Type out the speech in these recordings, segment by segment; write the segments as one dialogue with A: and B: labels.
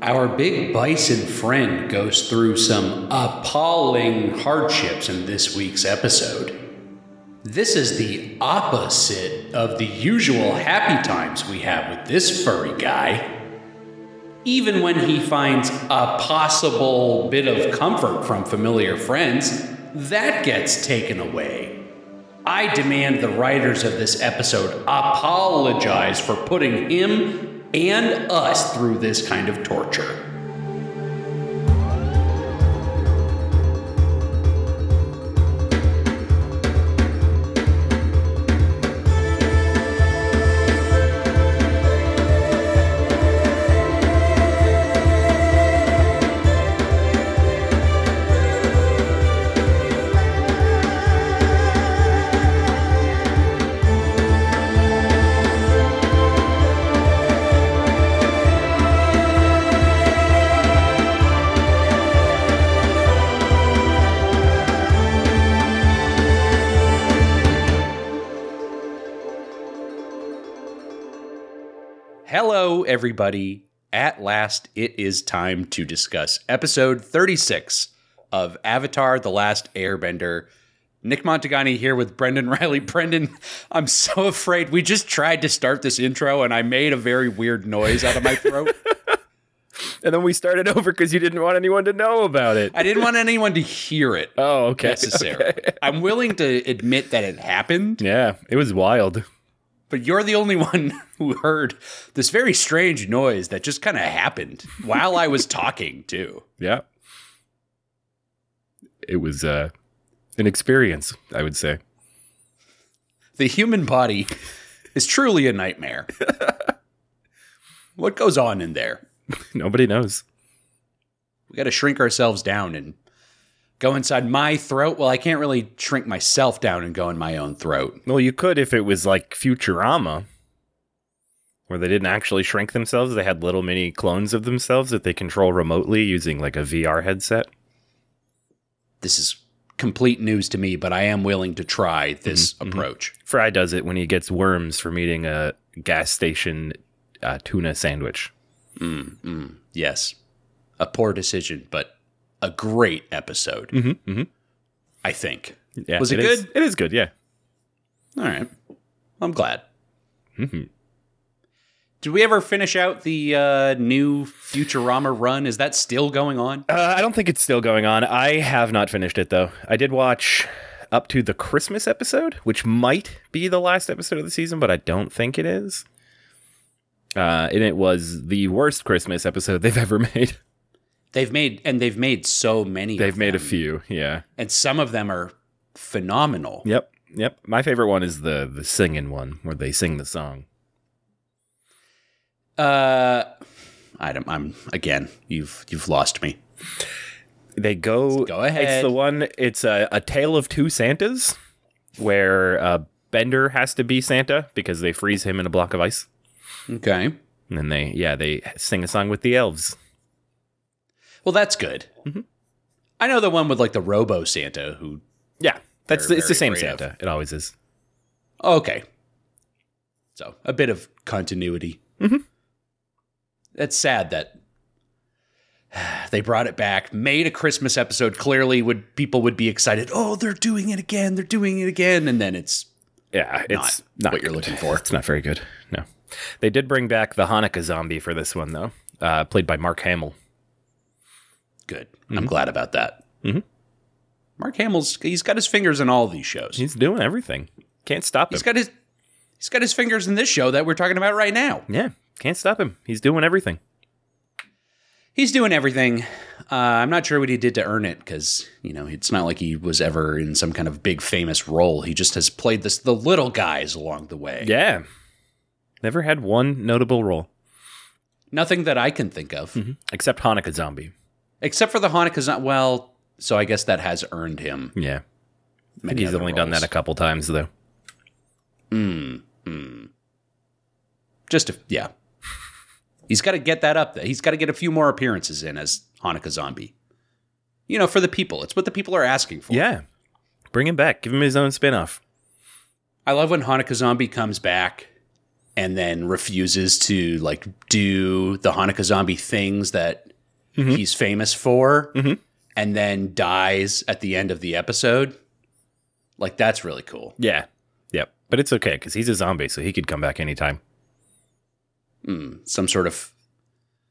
A: Our big bison friend goes through some appalling hardships in this week's episode. This is the opposite of the usual happy times we have with this furry guy. Even when he finds a possible bit of comfort from familiar friends, that gets taken away. I demand the writers of this episode apologize for putting him and us through this kind of torture. Hello, everybody. At last, it is time to discuss episode 36 of Avatar The Last Airbender. Nick Montagani here with Brendan Riley. Brendan, I'm so afraid. We just tried to start this intro and I made a very weird noise out of my throat.
B: And then we started over because you didn't want anyone to know about it.
A: I didn't want anyone to hear it
B: Oh, okay.
A: necessarily.
B: okay.
A: I'm willing to admit that it happened,
B: Yeah, it was wild.
A: but you're the only one who heard this very strange noise that just kind of happened while I was talking, too.
B: Yeah. It was uh, an experience, I would say.
A: the human body is truly a nightmare. what goes on in there?
B: Nobody knows.
A: We got to shrink ourselves down and go inside my throat. Well, I can't really shrink myself down and go in my own throat.
B: Well, you could if it was like Futurama, where they didn't actually shrink themselves. They had little mini clones of themselves that they control remotely using like a VR headset.
A: This is complete news to me, but I am willing to try this approach.
B: Fry does it when he gets worms from eating a gas station uh, tuna sandwich.
A: Yes, a poor decision, but a great episode.
B: Mm-hmm. Mm-hmm.
A: I think.
B: Yeah,
A: Was it
B: is-
A: good?
B: it is good. Yeah.
A: All right, I'm glad.
B: Mm-hmm.
A: Did we ever finish out the uh, new Futurama run? Is that still going on?
B: Uh, I don't think it's still going on. I have not finished it though. I did watch up to the Christmas episode, which might be the last episode of the season, but I don't think it is. Uh, and it was the worst Christmas episode they've ever made.
A: They've made and they've made so many. of
B: They've made a
A: them.
B: few, yeah.
A: and some of them are phenomenal.
B: Yep, yep. My favorite one is the the singing one where they sing the song.
A: Uh, I don't, I'm again. You've you've lost me.
B: They go.
A: Go ahead.
B: It's the one. It's a, a tale of two Santas, where uh, Bender has to be Santa because they freeze him in a block of ice.
A: Okay.
B: And then they, yeah, they sing a song with the elves.
A: Well, that's good.
B: Mm-hmm.
A: I know the one with like the Robo Santa who.
B: Yeah, that's
A: They're
B: the, it's
A: very
B: the same
A: brave.
B: Santa. It always is.
A: Okay. So a bit of continuity. That's sad that they brought it back, made a Christmas episode. Clearly, would people would be excited? Oh, they're doing it again! They're doing it again! And then it's
B: Yeah, it's not,
A: what you're
B: good.
A: looking for.
B: It's not very good. No, they did bring back the Hanukkah zombie for this one though, uh, played by Mark Hamill.
A: Good. I'm glad about that.
B: Mhm.
A: Mark Hamill's he's got his fingers in all these shows.
B: He's doing everything. Can't stop him.
A: he's got his he's got his fingers in this show that we're talking about right now.
B: yeah, can't stop him. He's doing everything.
A: He's doing everything. Uh, I'm not sure what he did to earn it because you know it's not like he was ever in some kind of big famous role. He just has played this the little guys along the way.
B: Yeah, never had one notable role
A: Nothing that I can think
B: Hmm.
A: of
B: Mm-hmm. except Hanukkah zombie.
A: except for the Hanukkah's not well. So I guess that has earned him.
B: Yeah, I think
A: many
B: he's
A: other
B: only done
A: roles.
B: that a couple times though.
A: Hmm, just a, yeah. He's got to get that up. There. He's got to get a few more appearances in as Hanukkah Zombie. You know, for the people, it's what the people are asking for.
B: Yeah, bring him back. Give him his own spin off.
A: I love when Hanukkah Zombie comes back and then refuses to like do the Hanukkah zombie things that he's famous for
B: Mhm.
A: and then dies at the end of the episode. Like that's really cool.
B: Yeah. Yep. But it's okay because he's a zombie, so he could come back anytime.
A: Mm, some sort of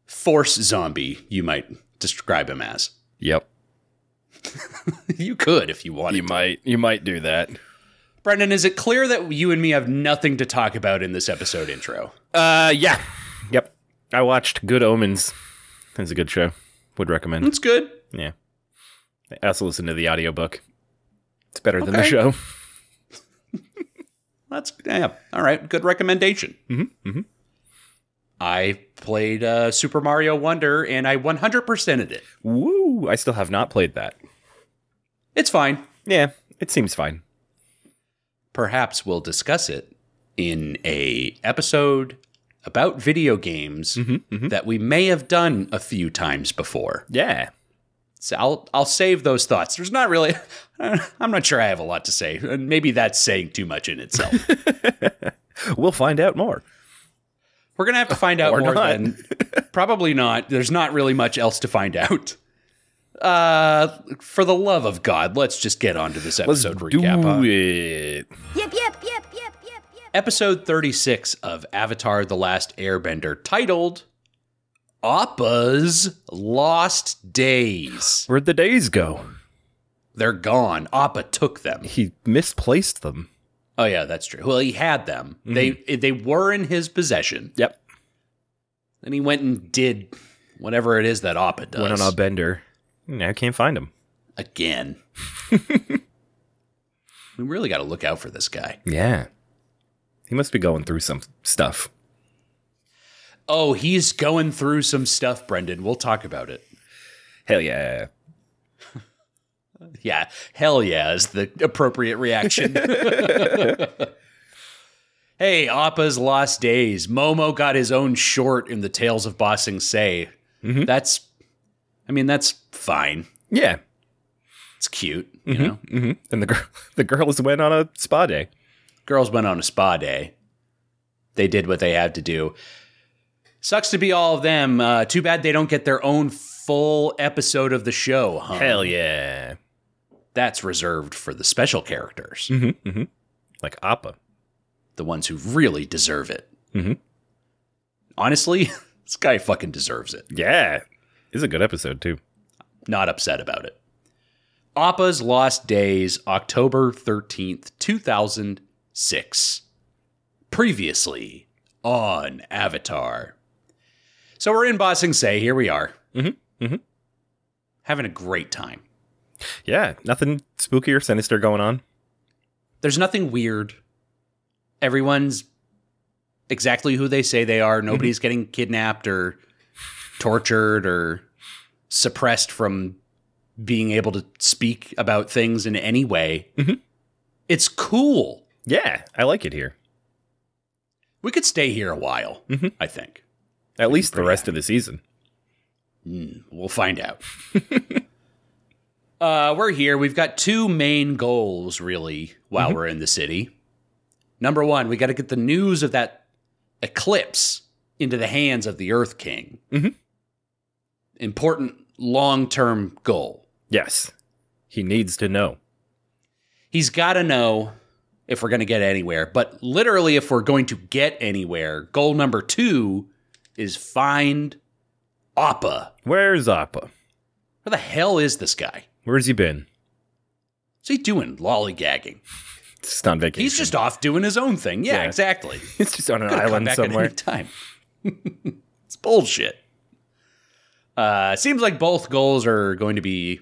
A: force zombie, you might describe him as.
B: Yep.
A: you could if you wanted.
B: might. You might do that.
A: Brendan, is it clear that you and me have nothing to talk about in this episode intro?
B: Uh. Yeah. Yep. I watched Good Omens. It's a good show. Would recommend.
A: It's good.
B: yeah. I also listened to the audiobook. It's better than the
A: Okay.
B: show.
A: That's yeah. All right, good recommendation. Mm-hmm. I played uh, Super Mario Wonder, and I 100%ed it.
B: Woo! I still have not played that.
A: It's fine.
B: Yeah. It seems fine.
A: Perhaps we'll discuss it in a episode about video games that we may have done a few times before.
B: Yeah.
A: So I'll I'll save those thoughts. There's not really. I'm not sure I have a lot to say. and Maybe that's saying too much in itself.
B: We'll find out more.
A: We're gonna have to find out
B: Or
A: more
B: not.
A: then. Probably not. There's not really much else to find out. Uh, for the love of God, let's just get on to this episode recap. huh?
B: it.
C: Yep, yep, yep, yep, yep, yep.
A: Episode 36 of Avatar The Last Airbender, titled Appa's Lost Days.
B: Where'd the days go?
A: They're gone. Appa took them.
B: He misplaced them.
A: Oh yeah, that's true. Well, he had them.
B: Mm-hmm.
A: They they were in his possession.
B: Yep.
A: Then he went and did whatever it is that Appa does.
B: Went on a bender. Now can't find him.
A: again. we really got to look out for this guy.
B: Yeah. He must be going through some stuff.
A: Oh, he's going through some stuff, Brendan. We'll talk about it.
B: Hell yeah.
A: Yeah, hell yeah is the appropriate reaction. hey, Appa's lost days. Momo got his own short in the Tales of Bossing Say. That's, I mean, that's fine.
B: Yeah.
A: It's cute, you know.
B: hmm And the girl the girls went on a spa day.
A: girls went on a spa day. They did what they had to do. Sucks to be all of them. Uh, too bad they don't get their own full episode of the show, huh?
B: yeah.
A: That's reserved for the special characters,
B: hmm hmm Like Appa.
A: the ones who really deserve it.
B: Mhm.
A: Honestly, this guy fucking deserves it.
B: Yeah. It's a good episode too.
A: Not upset about it. Appa's Lost Days, October 13th, 2006. Previously on Avatar. So we're in Ba Sing Se. Here we are.
B: Mhm, mhm.
A: Having a great time.
B: Yeah. Nothing spooky or sinister going on.
A: There's nothing weird. Everyone's exactly who they say they are. Nobody's getting kidnapped or tortured or suppressed from being able to speak about things in any way.
B: Mhm.
A: It's cool.
B: Yeah. I like it here.
A: We could stay here a while,
B: Mhm.
A: I think.
B: At least the
A: pretty
B: rest of the season.
A: Mm, we'll find out. uh, we're here. We've got two main goals, really, while we're in the city. Number one, we got to get the news of that eclipse into the hands of the Earth King.
B: Mhm.
A: Important long term goal.
B: Yes. He needs to know.
A: He's got to know if we're going to get anywhere. But literally, if we're going to get anywhere, goal number two is find Appa.
B: Where's Appa?
A: Where the hell is this guy?
B: Where's he been?
A: What's he doing? Lollygagging.
B: Just on vacation.
A: He's just off doing his own thing. Yeah,
B: Yeah.
A: exactly.
B: He's just on an
A: Could've come
B: island
A: back at
B: somewhere.
A: any time. it's bullshit. Uh, seems like both goals are going to be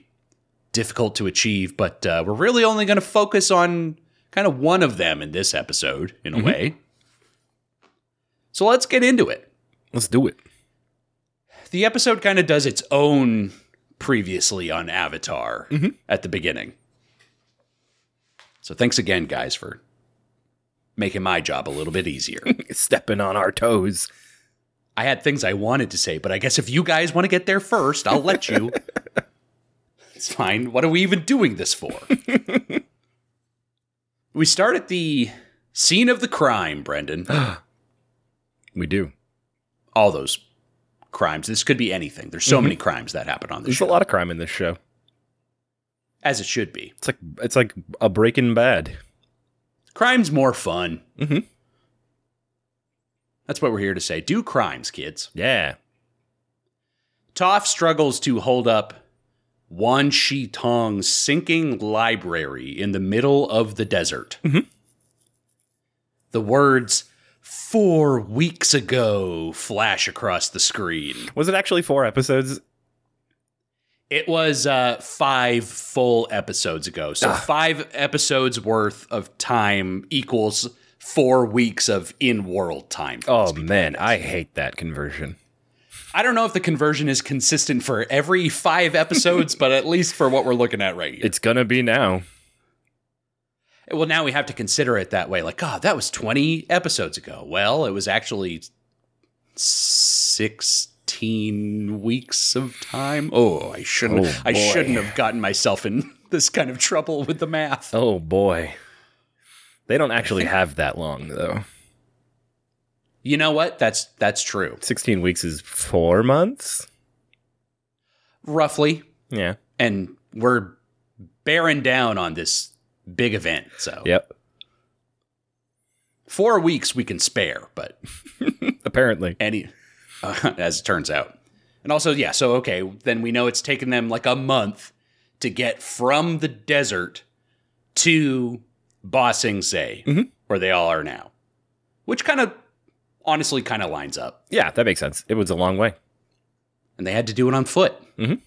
A: difficult to achieve, but uh, we're really only going to focus on kind of one of them in this episode, in a
B: Mm-hmm.
A: way. So let's get into it.
B: Let's do it.
A: The episode kind of does its own previously on Avatar at the beginning. So thanks again, guys, for making my job a little bit easier.
B: Stepping on our toes.
A: I had things I wanted to say, but I guess if you guys want to get there first, I'll let you. it's fine. What are we even doing this for? we start at the scene of the crime, Brendan.
B: We do.
A: All those crimes. This could be anything. There's so many crimes that happen on this
B: There's
A: show,
B: a lot of crime in this show.
A: as it should be.
B: It's like it's like a Breaking Bad.
A: Crime's more fun.
B: Mhm.
A: That's what we're here to say. Do crimes, kids.
B: Yeah.
A: Toph struggles to hold up Wan Shi Tong's sinking library in the middle of the desert. The words four weeks ago flash across the screen.
B: Was it actually four episodes?
A: It was uh, five full episodes ago. So five episodes worth of time equals four weeks of in world time.
B: Oh man, I hate that conversion.
A: I don't know if the conversion is consistent for every five episodes, but at least for what we're looking at right here.
B: It's gonna be now.
A: well, now we have to consider it that way. Like, God, that was 20 episodes ago. Well, it was actually 16 weeks of time. Oh, I shouldn't
B: Oh,
A: I
B: boy.
A: shouldn't have gotten myself in this kind of trouble with the math.
B: Oh boy. They don't actually have that long though.
A: You know what? That's that's true.
B: Sixteen weeks is four months?
A: Roughly.
B: Yeah.
A: And we're bearing down on this big event. So
B: Yep.
A: four weeks we can spare, but
B: Apparently.
A: any uh, as it turns out. And also, yeah, so okay, then we know it's taken them like a month to get from the desert to Ba Sing Se, where they all are now. Which kind of honestly kind of lines up.
B: Yeah, that makes sense. It was a long way.
A: and they had to do it on foot.
B: Mhm.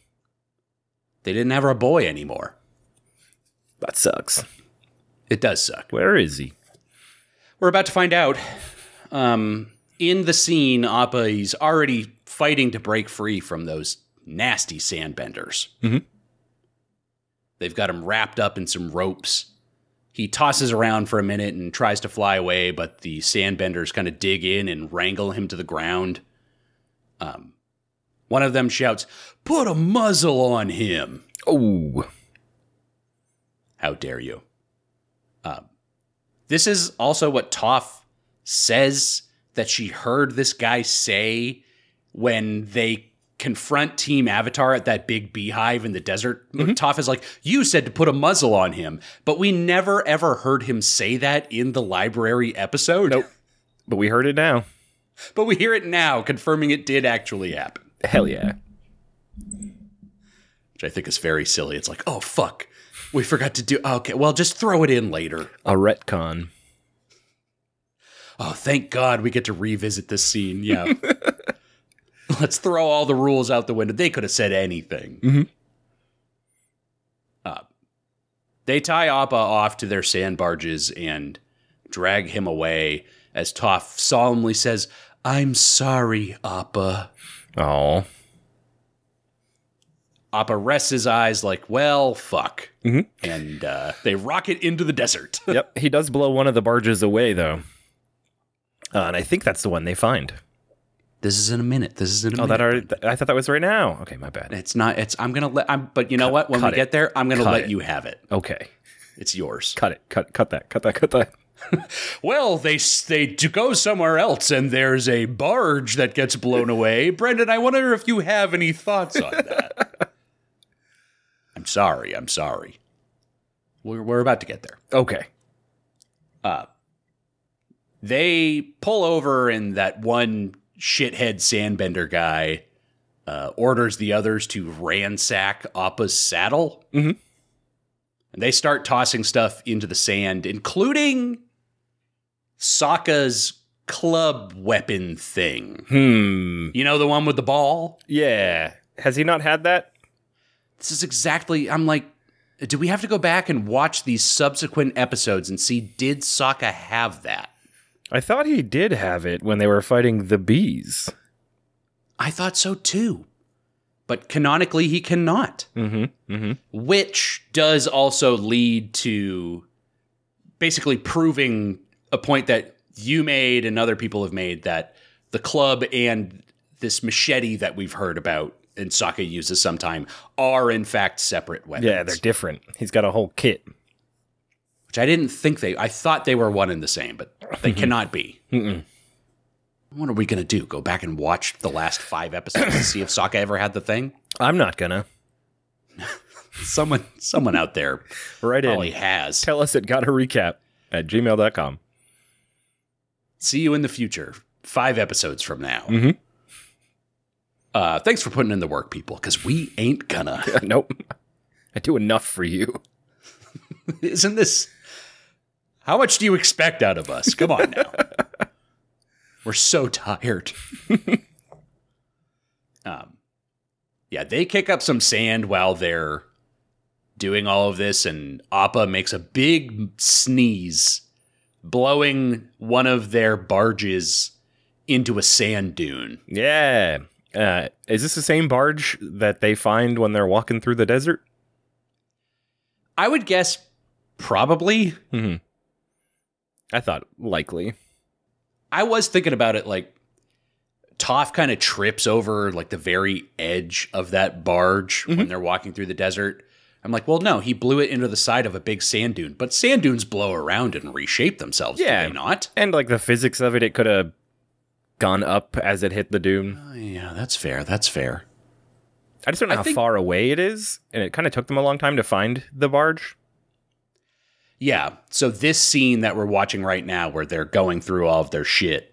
A: They didn't have our boy anymore.
B: That sucks.
A: It does suck.
B: Where is he?
A: We're about to find out. Um, in the scene, Appa is already fighting to break free from those nasty sandbenders.
B: Mhm.
A: They've got him wrapped up in some ropes. He tosses around for a minute and tries to fly away, but the sandbenders kind of dig in and wrangle him to the ground. Um, one of them shouts, Put a muzzle on him.
B: Oh.
A: How dare you? Um, this is also what Toph says that she heard this guy say when they confront Team Avatar at that big beehive in the desert. Toph is like, You said to put a muzzle on him, but we never ever heard him say that in the library episode.
B: Nope. But we heard it now.
A: But we hear it now, confirming it did actually happen,
B: Hell yeah.
A: which I think is very silly. It's like, Oh, fuck. We forgot to do. Okay, well, just throw it in later.
B: A retcon.
A: Oh, thank God we get to revisit this scene. Yeah. Let's throw all the rules out the window. They could have said anything.
B: Mhm.
A: Uh, they tie Appa off to their sand barges and drag him away as Toph solemnly says, I'm sorry, Appa.
B: Oh.
A: Appa rests his eyes like, well, fuck.
B: Mhm.
A: And uh, they rocket into the desert.
B: yep, he does blow one of the barges away, though. Uh, and I think that's the one they find.
A: this is in a minute. This is in a
B: Oh, that
A: minute.
B: already. th- I thought that was right now. Okay, my bad.
A: it's not, it's, I'm going to let, I'm, but you know what? When we
B: cut it.
A: get there, I'm going to
B: Cut
A: let
B: it.
A: you have it.
B: Okay,
A: It's yours.
B: cut it. Cut. Cut that. Cut that. Cut that.
A: Well, they s- they do go somewhere else, and there's a barge that gets blown away. Brendan, I wonder if you have any thoughts on that. I'm sorry. I'm sorry. We're we're about to get there.
B: Okay.
A: Uh, they pull over, and that one shithead sandbender guy uh, orders the others to ransack Appa's saddle.
B: Mhm.
A: And they start tossing stuff into the sand, including Sokka's club weapon thing.
B: Hmm.
A: You know, the one with the ball?
B: Yeah. Has he not had that?
A: This is exactly, I'm like, do we have to go back and watch these subsequent episodes and see did Sokka have that?
B: I thought he did have it when they were fighting the bees.
A: I thought so too. But canonically, he cannot.
B: Mm-hmm. Mm-hmm.
A: Which does also lead to basically proving a point that you made and other people have made that the club and this machete that we've heard about and Sokka uses sometime are in fact separate weapons.
B: Yeah, they're different. He's got a whole kit.
A: which I didn't think they. I thought they were one and the same, but they cannot be.
B: Mm-mm.
A: What are we gonna do? Go back and watch the last five episodes and see if Sokka ever had the thing?
B: I'm not gonna.
A: Someone, someone out there
B: Right in.
A: probably has.
B: Oh, Tell us it got a recap at gmail.com.
A: See you in the future, five episodes from now.
B: Mhm.
A: Uh, thanks for putting in the work, people, because we ain't gonna.
B: nope. I do enough for you.
A: Isn't this? How much do you expect out of us? Come on now. We're so tired. um, yeah, they kick up some sand while they're doing all of this, and Appa makes a big sneeze, blowing one of their barges into a sand dune.
B: Yeah. Uh, is this the same barge that they find when they're walking through the desert?
A: I would guess probably.
B: hmm I thought likely.
A: I was thinking about it like Toph kind of trips over like the very edge of that barge when they're walking through the desert. I'm like, well, no, he blew it into the side of a big sand dune, but sand dunes blow around and reshape themselves,
B: Yeah.
A: do they not?
B: And like the physics of it, it could have gone up as it hit the dune.
A: Oh, yeah, that's fair. That's fair.
B: I just don't know
A: I
B: how
A: think-
B: far away it is, and it kind of took them a long time to find the barge.
A: Yeah. So this scene that we're watching right now, where they're going through all of their shit,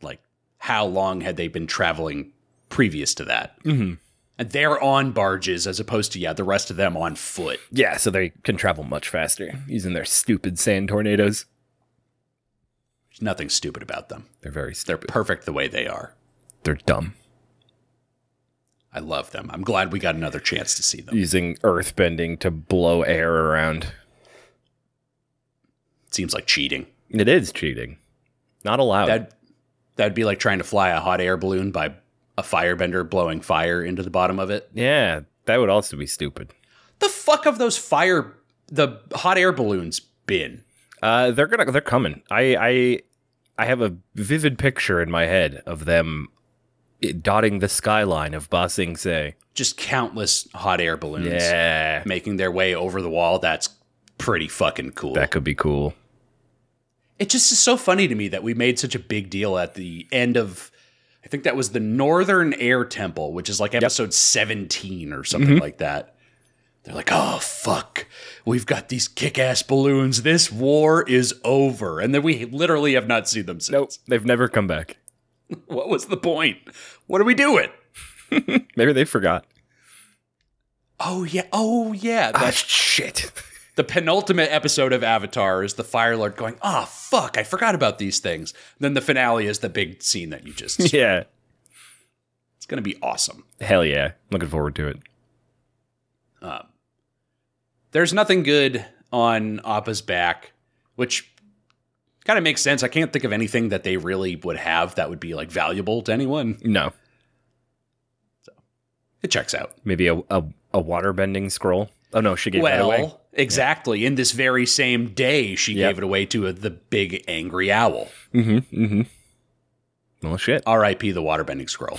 A: like how long had they been traveling previous to that?
B: Mhm.
A: And they're on barges as opposed to yeah, the rest of them on foot.
B: Yeah, so they can travel much faster using their stupid sand tornadoes.
A: There's nothing stupid about them.
B: They're very
A: They're
B: stupid.
A: perfect the way they are.
B: They're dumb.
A: I love them. I'm glad we got another chance to see them.
B: Using earth bending to blow air around.
A: seems like cheating.
B: It is cheating. Not allowed.
A: That that'd be like trying to fly a hot air balloon by a firebender blowing fire into the bottom of it.
B: yeah, that would also be stupid.
A: The fuck have those fire the hot air balloons been?
B: Uh, they're gonna they're coming. I I I have a vivid picture in my head of them eh, dotting the skyline of Ba Sing Se.
A: Just countless hot air balloons
B: Yeah,
A: making their way over the wall. That's pretty fucking cool.
B: that could be cool.
A: it just is so funny to me that we made such a big deal at the end of I think that was the Northern Air Temple, which is like episode 17 or
B: Mm-hmm.
A: something like that. They're like, "Oh fuck. We've got these kick-ass balloons. This war is over." And then we literally have not seen them since.
B: Nope, they've never come back.
A: What was the point? What are we doing?
B: Maybe they forgot.
A: Oh yeah. Oh yeah. That,
B: shit.
A: the penultimate episode of Avatar is the Fire Lord going, "Ah, fuck, I forgot about these things." Then the finale is the big scene that you just
B: yeah,
A: It's going to be awesome.
B: hell yeah. Looking forward to it.
A: Um, there's nothing good on Appa's back, which kind of makes sense. I can't think of anything that they really would have that would be like valuable to anyone.
B: No,
A: It checks out.
B: maybe a a, a water bending scroll. Oh no, she gave that away.
A: well, exactly. In this very same day, she
B: Yep.
A: gave it away to the big angry owl.
B: Mm-hmm. Mm-hmm. Well, shit.
A: R.I.P. the waterbending scroll.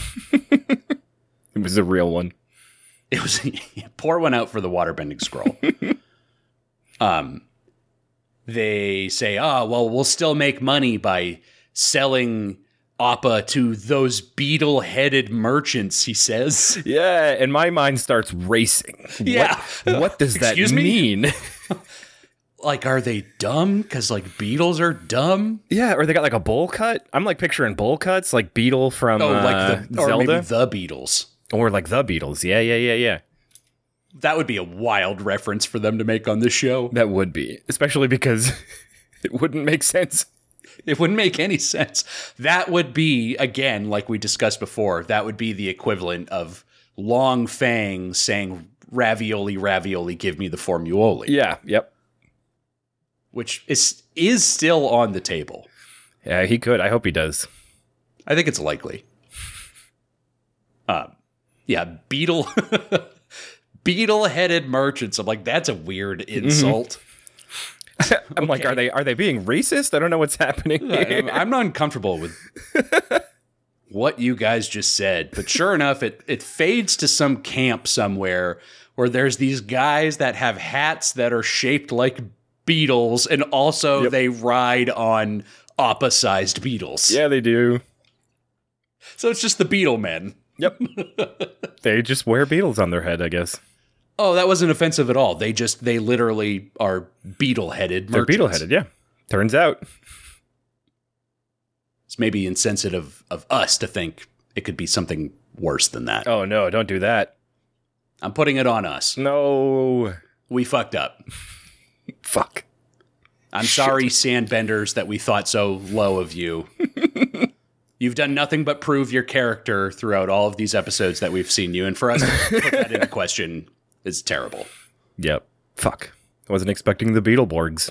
B: It was a real one.
A: It was pour one out for the waterbending scroll. um, they say, "Ah, well, we'll still make money by selling Appa to those beetle-headed merchants." He says,
B: Yeah, and my mind starts racing.
A: Yeah.
B: What, what does that
A: Excuse me?
B: mean?
A: "Like, are they dumb? Because like beetles are dumb."
B: Yeah, or they got like a bowl cut. I'm like picturing bowl cuts, like Beetle from
A: Oh,
B: uh,
A: like the or
B: Zelda,
A: maybe the Beatles.
B: or like the Beatles. Yeah, yeah, yeah, yeah.
A: That would be a wild reference for them to make on this show.
B: That would be, especially because it wouldn't make sense.
A: It wouldn't make any sense. That would be, again, like we discussed before, that would be the equivalent of Long Fang saying, Ravioli, ravioli, give me the formuoli,
B: Yeah, yep.
A: which is, is still on the table.
B: Yeah, he could. I hope he does.
A: I think it's likely. Um, yeah, beetle, beetle headed merchants. I'm like, that's a weird insult.
B: I'm like, are they are they being racist? I don't know what's happening.
A: I'm, I'm not uncomfortable with what you guys just said, but sure enough, it it fades to some camp somewhere where there's these guys that have hats that are shaped like beetles, and also they ride on oppa-sized beetles.
B: yeah, they do.
A: So it's just the Beetle Men.
B: Yep. they just wear beetles on their head, I guess.
A: Oh, that wasn't offensive at all. They just they literally are beetle headed.
B: They're beetle headed, yeah. Turns out.
A: It's maybe insensitive of us to think it could be something worse than that.
B: Oh no, don't do that.
A: I'm putting it on us.
B: No.
A: We fucked up.
B: Fuck.
A: I'm sorry, Sandbenders, that we thought so low of you. You've done nothing but prove your character throughout all of these episodes that we've seen you, and for us to put that into question is terrible.
B: Yep. Fuck. I wasn't expecting the Beetleborgs.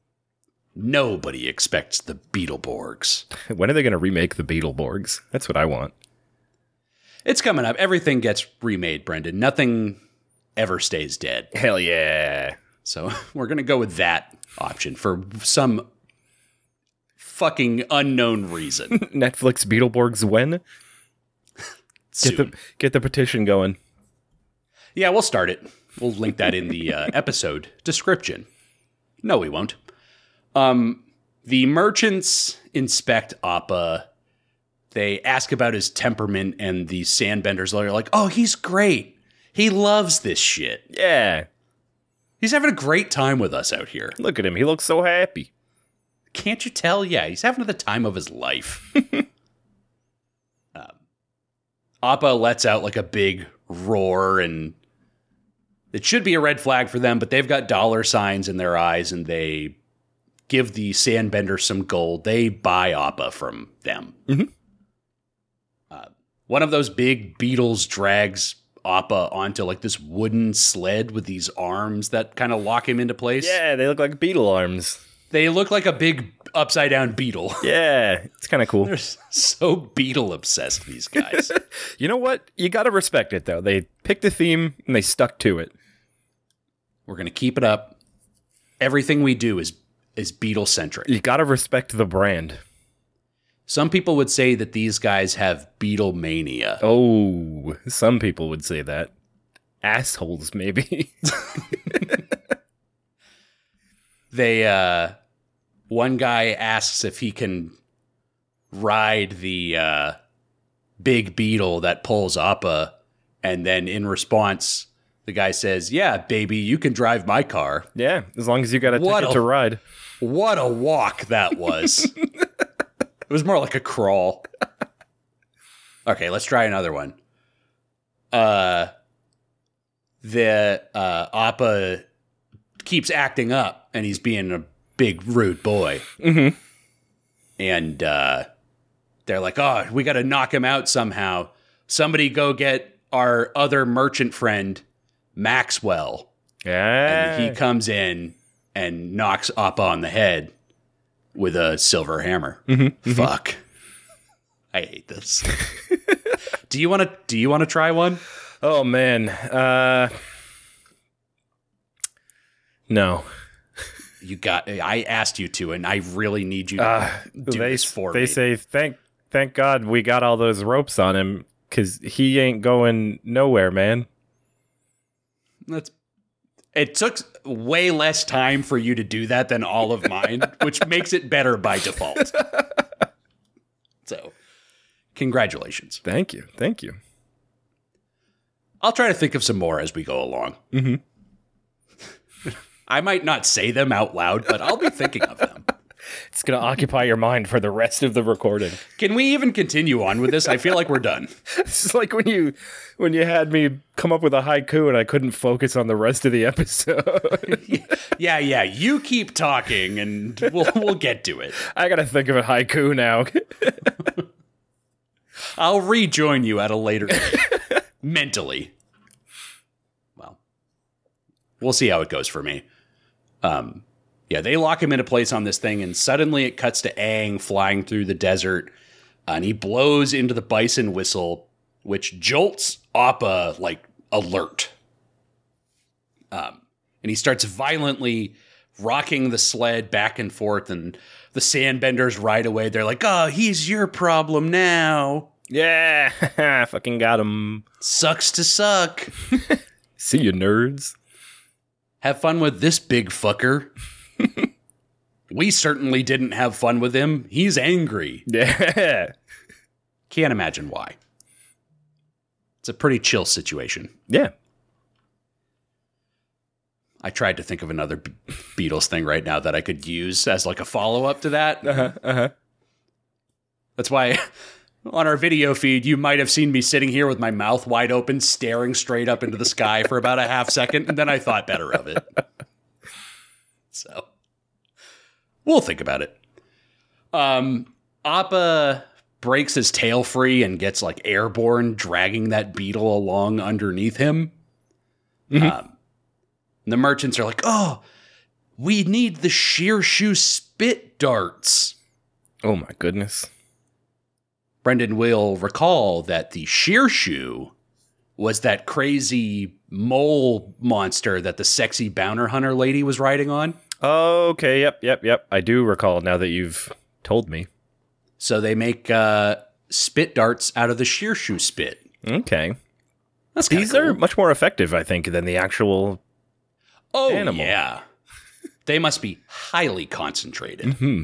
A: Nobody expects the Beetleborgs.
B: When are they going to remake the Beetleborgs? That's what I want.
A: It's coming up. Everything gets remade, Brendan. Nothing ever stays dead.
B: Hell yeah.
A: So we're going to go with that option for some fucking unknown reason.
B: Netflix Beetleborgs when? Get
A: Soon.
B: the get the petition going.
A: Yeah, we'll start it. We'll link that in the uh, episode description. No, we won't. Um, the merchants inspect Appa. They ask about his temperament, and the sandbenders are like, oh, he's great. He loves this shit.
B: Yeah.
A: He's having a great time with us out here.
B: Look at him. He looks so happy.
A: Can't you tell? Yeah, he's having the time of his life. um, Appa lets out like a big roar, and it should be a red flag for them, but they've got dollar signs in their eyes, and they give the sandbender some gold. They buy Appa from them.
B: Mhm.
A: Uh, one of those big beetles drags Appa onto like this wooden sled with these arms that kind of lock him into place.
B: Yeah, they look like beetle arms.
A: They look like a big upside down beetle.
B: Yeah, it's kind of cool.
A: They're so beetle obsessed, these guys.
B: You know what? You got to respect it though. They picked a theme and they stuck to it.
A: We're gonna keep it up. Everything we do is is beetle centric.
B: You got to respect the brand.
A: Some people would say that these guys have beetle mania.
B: Oh, some people would say that. Assholes maybe.
A: They uh one guy asks if he can ride the uh big beetle that pulls Appa, and then in response, the guy says, Yeah, baby, you can drive my car.
B: yeah, as long as you got a
A: What
B: ticket
A: a-
B: to ride.
A: What a walk that was. it was more like a crawl. Okay, let's try another one. Uh the uh Appa keeps acting up and he's being a big rude boy.
B: Mhm.
A: And uh they're like, "Oh, we got to knock him out somehow. Somebody go get our other merchant friend, Maxwell."
B: Yeah.
A: and he comes in and knocks Appa on the head with a silver hammer.
B: Mm-hmm.
A: Fuck. I hate this. do you want to do you want to try one?
B: Oh man. Uh No.
A: You got I asked you to and I really need you to
B: Uh
A: do
B: they
A: this for
B: they
A: me.
B: say thank thank God we got all those ropes on him cuz he ain't going nowhere, man.
A: That's it took way less time for you to do that than all of mine, which makes it better by default. so, congratulations.
B: Thank you. Thank you.
A: I'll try to think of some more as we go along. Mm-hmm. I might not say them out loud, but I'll be thinking of them.
B: It's going to occupy your mind for the rest of the recording.
A: Can we even continue on with this? I feel like we're done.
B: This is like when you when you had me come up with a haiku and I couldn't focus on the rest of the episode.
A: Yeah, yeah. You keep talking, and we'll we'll get to it.
B: I got to think of a haiku now.
A: I'll rejoin you at a later date. mentally. Well, we'll see how it goes for me. Um, yeah, they lock him into place on this thing, and suddenly it cuts to Aang flying through the desert, uh, and he blows into the bison whistle, which jolts Appa like alert. Um, and he starts violently rocking the sled back and forth, and the sandbenders right away. They're like, "Oh, he's your problem now."
B: yeah. Fucking got him.
A: Sucks to suck.
B: See you nerds.
A: Have fun with this big fucker. we certainly didn't have fun with him. He's angry.
B: Yeah.
A: Can't imagine why. It's a pretty chill situation.
B: Yeah.
A: I tried to think of another Be- Beatles thing right now that I could use as like a follow up to that.
B: Uh-huh. Uh-huh.
A: That's why on our video feed, you might have seen me sitting here with my mouth wide open, staring straight up into the sky for about a half second, and then I thought better of it. So we'll think about it. Um, Appa breaks his tail free and gets like airborne, dragging that beetle along underneath him. Um, and the merchants are like, oh, we need the sheer shoe spit darts.
B: Oh my goodness.
A: Brendan will recall that the sheer shoe was that crazy mole monster that the sexy bounty hunter lady was riding on.
B: Okay, yep, yep, yep. I do recall now that you've told me.
A: So they make uh, spit darts out of the sheer shoe spit.
B: Okay.
A: That's kinda
B: These are
A: cool.
B: much more effective, I think, than the actual
A: oh
B: animal.
A: yeah, they must be highly concentrated
B: hmm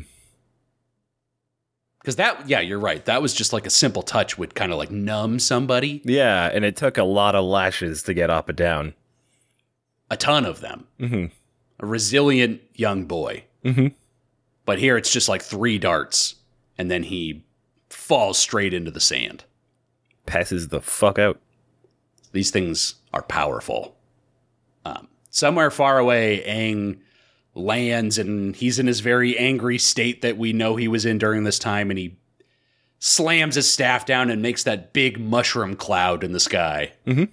A: because that yeah you're right that was just like a simple touch would kind of like numb somebody
B: Yeah, and it took a lot of lashes to get Appa down.
A: a ton of them
B: hmm
A: a resilient young boy
B: hmm
A: But here it's just like three darts, and then he falls straight into the sand.
B: Passes the fuck out.
A: These things are powerful. Um, somewhere far away, Aang lands, and he's in his very angry state that we know he was in during this time, and he slams his staff down and makes that big mushroom cloud in the sky.
B: Mhm.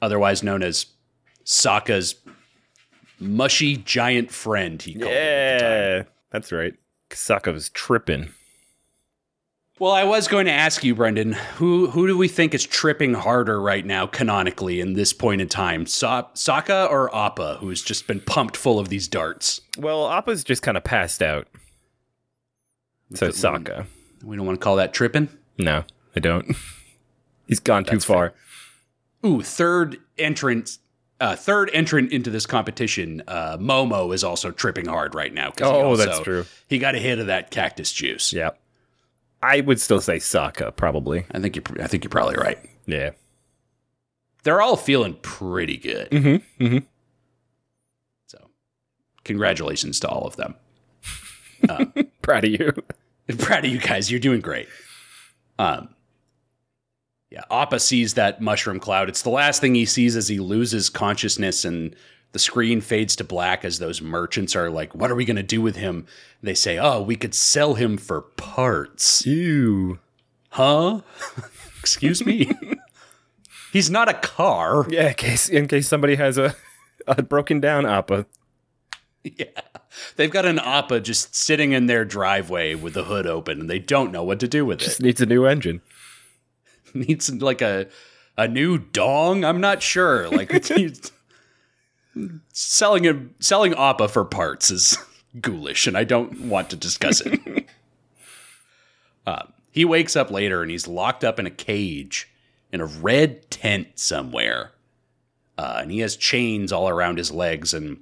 A: Otherwise known as Sokka's mushy giant friend, he called it at the time.
B: Yeah, that's right. Kasaka was tripping.
A: Well, I was going to ask you, Brendan, who who do we think is tripping harder right now, canonically, in this point in time? So- Sokka or Appa, who's just been pumped full of these darts?
B: Well, Appa's just kind of passed out. So
A: Is it one-
B: Sokka.
A: We don't want to call that tripping.
B: No, I don't. He's gone too far.
A: Ooh, third entrance. Uh, third entrant into this competition, uh, Momo is also tripping hard right now. 'cause he
B: Oh, that's
A: also-
B: true.
A: He got a hit of that cactus juice.
B: Yeah. I would still say Sokka, probably.
A: I think you. I think you're probably right.
B: Yeah.
A: They're all feeling pretty good.
B: Mm-hmm. Mm-hmm.
A: So, congratulations to all of them.
B: Proud of you.
A: proud of you guys. You're doing great. Um, yeah, Appa sees that mushroom cloud. It's the last thing he sees as he loses consciousness, and the screen fades to black as those merchants are like, "What are we going to do with him?" They say, "Oh, we could sell him for parts."
B: Ew.
A: Huh? Excuse me. He's not a car.
B: Yeah, in case in case somebody has a, a broken down Appa.
A: Yeah. They've got an Appa just sitting in their driveway with the hood open and they don't know what to do with it.
B: Just needs a new engine.
A: needs like a a new dong. I'm not sure. Like it's- it's- selling a selling Appa for parts is ghoulish, and I don't want to discuss it. Uh, he wakes up later and he's locked up in a cage in a red tent somewhere, uh, and he has chains all around his legs, and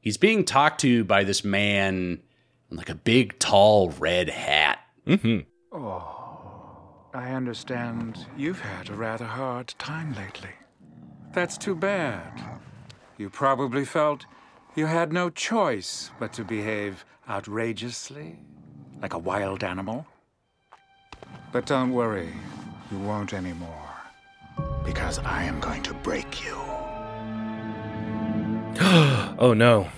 A: he's being talked to by this man in like a big, tall red hat.
B: Mm-hmm.
D: I understand you've had a rather hard time lately. That's too bad. You probably felt you had no choice but to behave outrageously, like a wild animal. But don't worry, you won't anymore. Because I am going to break you.
B: Oh no.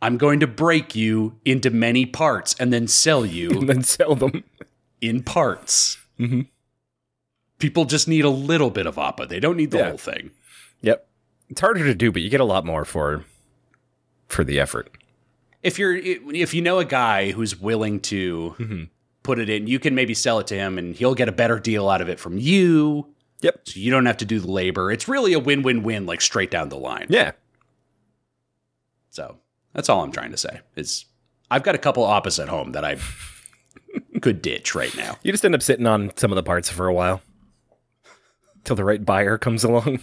A: I'm going to break you into many parts and then sell you
B: And then sell them.
A: in parts.
B: Mhm.
A: People just need a little bit of Appa. They don't need the
B: Yeah.
A: whole thing.
B: Yep. It's harder to do, but you get a lot more for for the effort.
A: If you're if you know a guy who's willing to
B: Mm-hmm.
A: put it in, you can maybe sell it to him and he'll get a better deal out of it from you.
B: Yep.
A: So you don't have to do the labor. It's really a win-win-win like straight down the line.
B: Yeah.
A: So, that's all I'm trying to say. Is I've got a couple Appas at home that I could ditch right now.
B: You just end up sitting on some of the parts for a while. Till the right buyer comes along.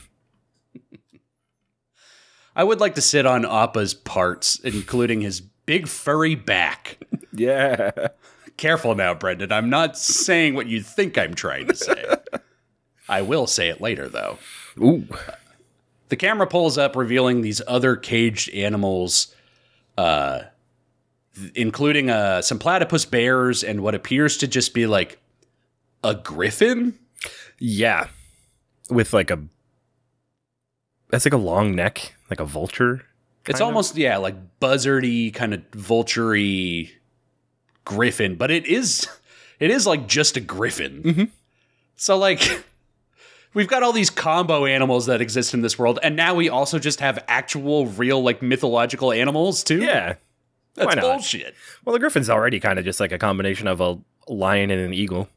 A: I would like to sit on Appa's parts, including his big furry back.
B: Yeah.
A: Careful now, Brendan. I'm not saying what you think I'm trying to say. I will say it later, though.
B: Ooh.
A: The camera pulls up, revealing these other caged animals, uh, th- including uh, some platypus bears and what appears to just be like a griffin.
B: Yeah. With like a that's like a long neck, like a vulture.
A: It's
B: kind of?
A: almost yeah, like buzzardy kind of vulturey griffin, but it is it is like just a griffin. So like we've got all these combo animals that exist in this world, and now we also just have actual real like mythological animals too.
B: Yeah.
A: that's
B: why not?
A: bullshit.
B: Well, the griffin's already kind of just like a combination of a lion and an eagle.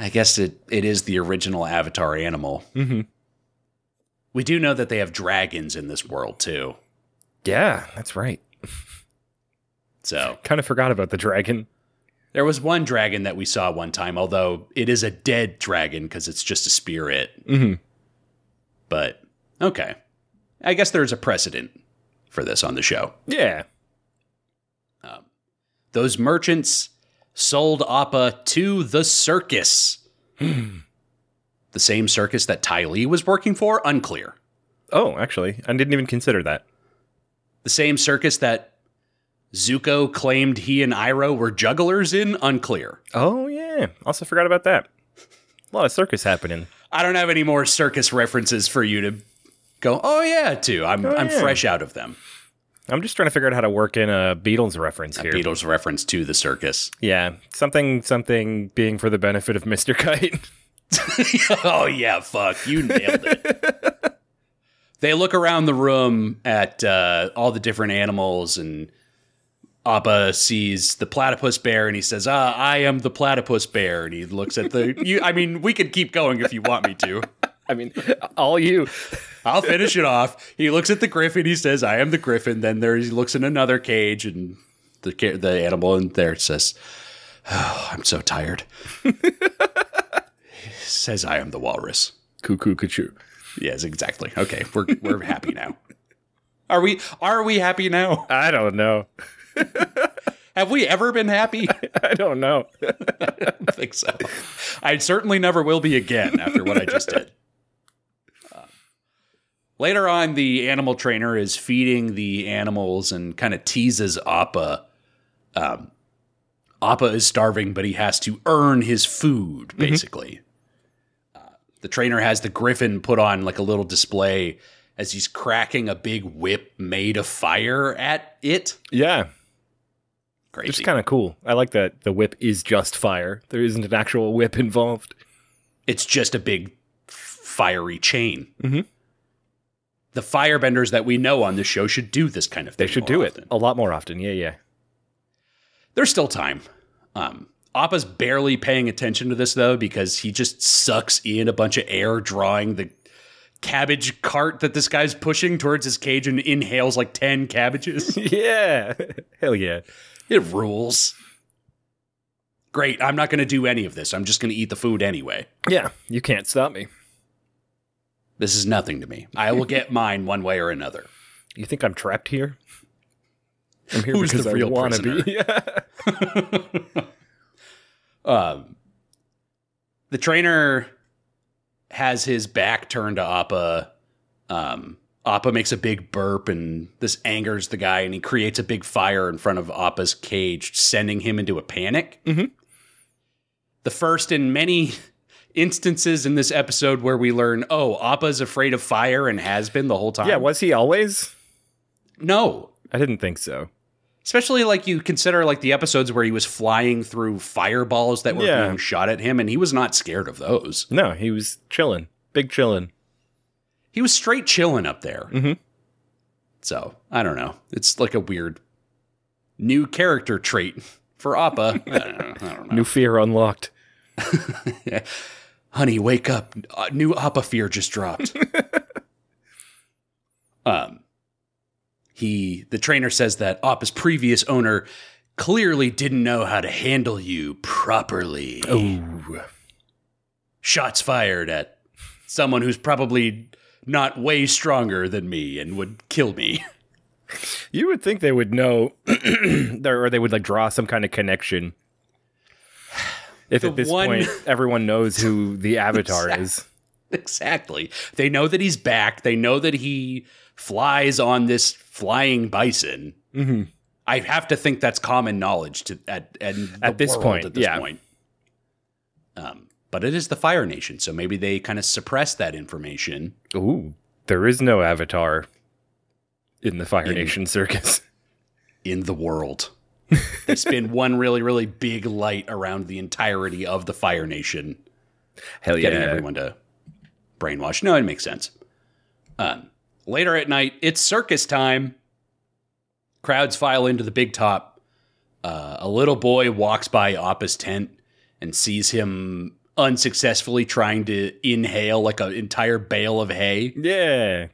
A: I guess it it is the original Avatar animal.
B: Mhm.
A: We do know that they have dragons in this world too.
B: Yeah, that's right.
A: So
B: Kind of forgot about the dragon.
A: There was one dragon that we saw one time, although it is a dead dragon because it's just a spirit.
B: Mhm.
A: But okay, I guess there's a precedent for this on the show.
B: Yeah.
A: Those merchants sold Appa to the circus, the same circus that Ty Lee was working for. Unclear.
B: Oh, actually, I didn't even consider that.
A: The same circus that Zuko claimed he and Iroh were jugglers in. Unclear.
B: Oh, yeah. Also forgot about that. A lot of circus happening.
A: I don't have any more circus references for you to go. Oh yeah, too. I'm I'm
B: yeah."
A: fresh out of them.
B: I'm just trying to figure out how to work in a Beatles reference here.
A: Beatles reference to the circus.
B: Yeah, something something being for the benefit of Mr. Kite.
A: oh yeah, fuck, you nailed it. they look around the room at uh, all the different animals, and Appa sees the platypus bear, and he says, "Ah, I am the platypus bear." And he looks at the. you, I mean, we could keep going if you want me to.
B: I mean, all you.
A: I'll finish it off. He looks at the griffin. He says, "I am the griffin." Then there he looks in another cage, and the ca- the animal in there says, oh, "I'm so tired." He says, "I am the walrus."
B: Cuckoo, cuckoo.
A: Yes, exactly. Okay, we're we're happy now. Are we are we happy now?
B: I don't know.
A: Have we ever been happy? I
B: I don't know.
A: don't think so. I certainly never will be again after what I just did. Uh, Later on, the animal trainer is feeding the animals and kind of teases Appa. Um, Appa is starving, but he has to earn his food, basically. Uh, the trainer has the griffin put on like a little display as he's cracking a big whip made of fire at it.
B: Yeah,
A: Crazy.
B: it's kind of cool. I like that the whip is just fire. There isn't an actual whip involved.
A: it's just a big f- fiery chain.
B: Mhm.
A: The firebenders that we know on this show should do this kind of thing.
B: They should
A: more
B: do
A: often.
B: it a lot more often. Yeah, yeah.
A: There's still time. Um, Appa's barely paying attention to this though because he just sucks in a bunch of air, drawing the cabbage cart that this guy's pushing towards his cage and inhales like 10 cabbages.
B: Yeah. Hell yeah.
A: it rules. Great. I'm not going to do any of this. I'm just going to eat the food anyway.
B: Yeah, you can't stop me.
A: This is nothing to me. I will get mine one way or another.
B: You think I'm trapped here? I'm here
A: Who's the
B: because I
A: real
B: want to
A: prisoner?
B: be. Yeah.
A: Um, the trainer has his back turned to Appa. Um, Appa makes a big burp, and this angers the guy, and he creates a big fire in front of Appa's cage, sending him into a panic.
B: Mhm.
A: The first in many instances in this episode where we learn, oh, Appa's afraid of fire and has been the whole time.
B: Yeah, was he always?
A: no.
B: I didn't think so.
A: Especially like you consider like the episodes where he was flying through fireballs that were
B: Yeah.
A: being shot at him, and he was not scared of those.
B: No, he was chilling. Big chilling.
A: he was straight chilling up there.
B: Mhm.
A: So I don't know. It's like a weird new character trait for Appa. I don't know. I don't know.
B: New fear unlocked.
A: Honey, wake up! Uh, new Appa fear just dropped. um, he the trainer says that Appa's previous owner clearly didn't know how to handle you properly.
B: Oh. Ooh.
A: shots fired at someone who's probably not way stronger than me and would kill me.
B: You would think they would know, there- or they would like draw some kind of connection If
A: The
B: at this
A: one-
B: point everyone knows who the avatar is.
A: Exactly. They know that he's back. They know that he flies on this flying bison.
B: Mm-hmm.
A: I have to think that's common knowledge to at at, the
B: At this
A: world
B: point,
A: At this
B: yeah.
A: point. Um, but it is the Fire Nation, so maybe they kind of suppress that information.
B: Ooh, there is no avatar in the Fire
A: In-
B: Nation circus.
A: in the world. they spin one really, really big light around the entirety of the Fire Nation,
B: Hell
A: getting everyone to brainwash. No, it makes sense. Um, later at night, it's circus time. Crowds file into the big top. Uh, a little boy walks by Oppa's tent and sees him unsuccessfully trying to inhale like an entire bale of hay.
B: Yeah.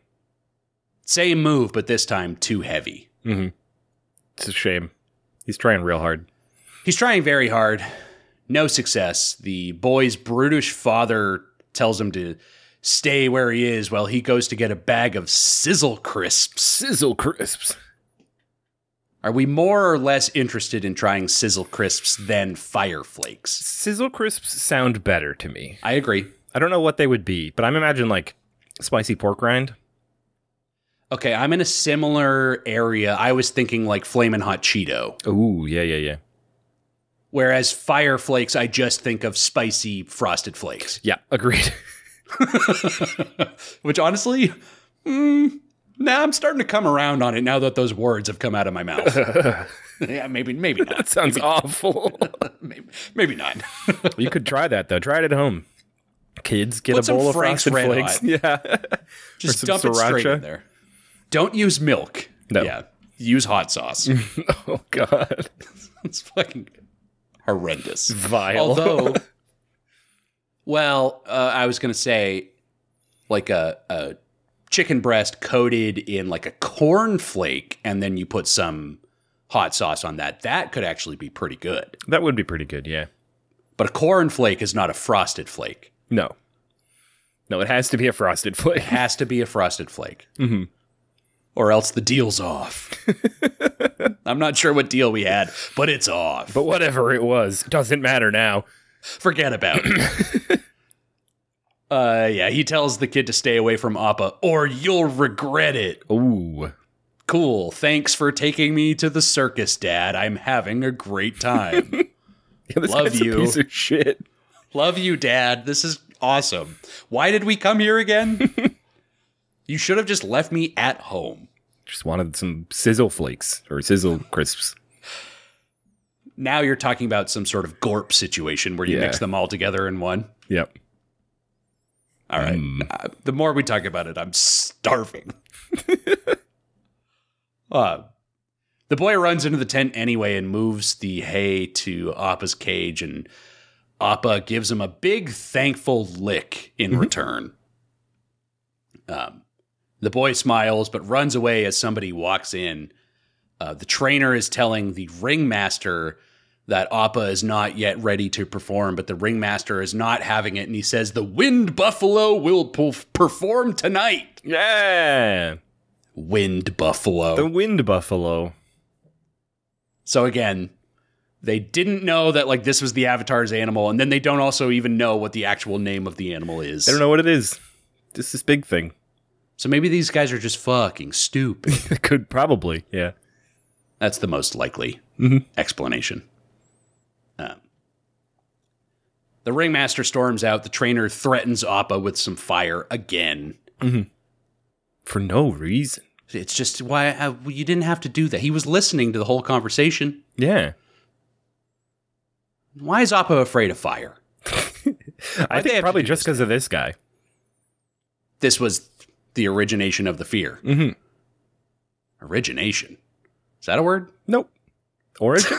A: Same move, but this time too heavy.
B: Mm-hmm. It's a shame. He's trying real hard.
A: He's trying very hard. No success. The boy's brutish father tells him to stay where he is while he goes to get a bag of sizzle crisps.
B: Sizzle crisps.
A: Are we more or less interested in trying sizzle crisps than fire flakes?
B: Sizzle crisps sound better to me.
A: I agree.
B: I don't know what they would be, but I'm imagining like spicy pork rind.
A: Okay, I'm in a similar area. I was thinking like flamin' hot Cheeto.
B: Ooh, yeah, yeah, yeah.
A: Whereas fire flakes, I just think of spicy frosted flakes.
B: Yeah, agreed.
A: Which honestly, mm, now I'm starting to come around on it now that those words have come out of my mouth. yeah, maybe, maybe not.
B: Sounds awful.
A: Maybe, maybe not.
B: you could try that though. Try it at home. Kids, get
A: Put
B: a
A: some
B: bowl of
A: Frank's
B: frosted
A: Red
B: flakes.
A: Hot.
B: Yeah.
A: Just
B: some
A: dump it straight
B: sriracha?
A: in there. Don't use milk.
B: No.
A: Yeah. Use hot sauce.
B: oh god.
A: it's fucking horrendous.
B: Vile.
A: Although, well, uh, I was gonna say, like a, a chicken breast coated in like a corn flake, and then you put some hot sauce on that. That could actually be pretty good.
B: that would be pretty good, yeah.
A: But a corn flake is not a frosted flake.
B: No. No, it has to be a frosted flake.
A: It has to be a frosted flake,
B: Mhm.
A: or else the deal's off. I'm not sure what deal we had, but it's off.
B: But whatever it was, doesn't matter now.
A: Forget about it. uh, yeah, he tells the kid to stay away from Appa, or you'll regret it.
B: Ooh.
A: Cool. Thanks for taking me to the circus, Dad. I'm having a great time.
B: Yeah, this
A: Love
B: guy's a
A: you.
B: piece of shit.
A: Love you, Dad. This is awesome. Why did we come here again? you should have just left me at home.
B: Just wanted some sizzle flakes or sizzle crisps.
A: Now you're talking about some sort of gorp situation where you
B: Yeah.
A: mix them all together in one.
B: Yep. Mm.
A: All right. Uh, the more we talk about it, I'm starving. uh, the boy runs into the tent anyway and moves the hay to Appa's cage, and Appa gives him a big thankful lick in return. Um, the boy smiles but runs away as somebody walks in. Uh, the trainer is telling the ringmaster that Appa is not yet ready to perform, but the ringmaster is not having it, and he says the wind buffalo will p- perform tonight.
B: Yeah.
A: Wind buffalo.
B: The wind buffalo.
A: so again, they didn't know that like this was the avatar's animal, and then they don't also even know what the actual name of the animal is.
B: They don't know what it is. Just this big thing.
A: So maybe these guys are just fucking stupid.
B: Could probably. Yeah.
A: That's the most likely
B: Mm-hmm.
A: explanation. Um, the ringmaster storms out. The trainer threatens Appa with some fire again.
B: For no reason.
A: It's just why uh, well, you didn't have to do that. He was listening to the whole conversation.
B: Yeah.
A: Why is Oppo afraid of fire?
B: I
A: they have
B: think
A: to
B: probably
A: do
B: just because of this guy.
A: This was the origination of the fear.
B: Mhm. Mm-hmm.
A: Origination. Is that a word?
B: Nope. Origin?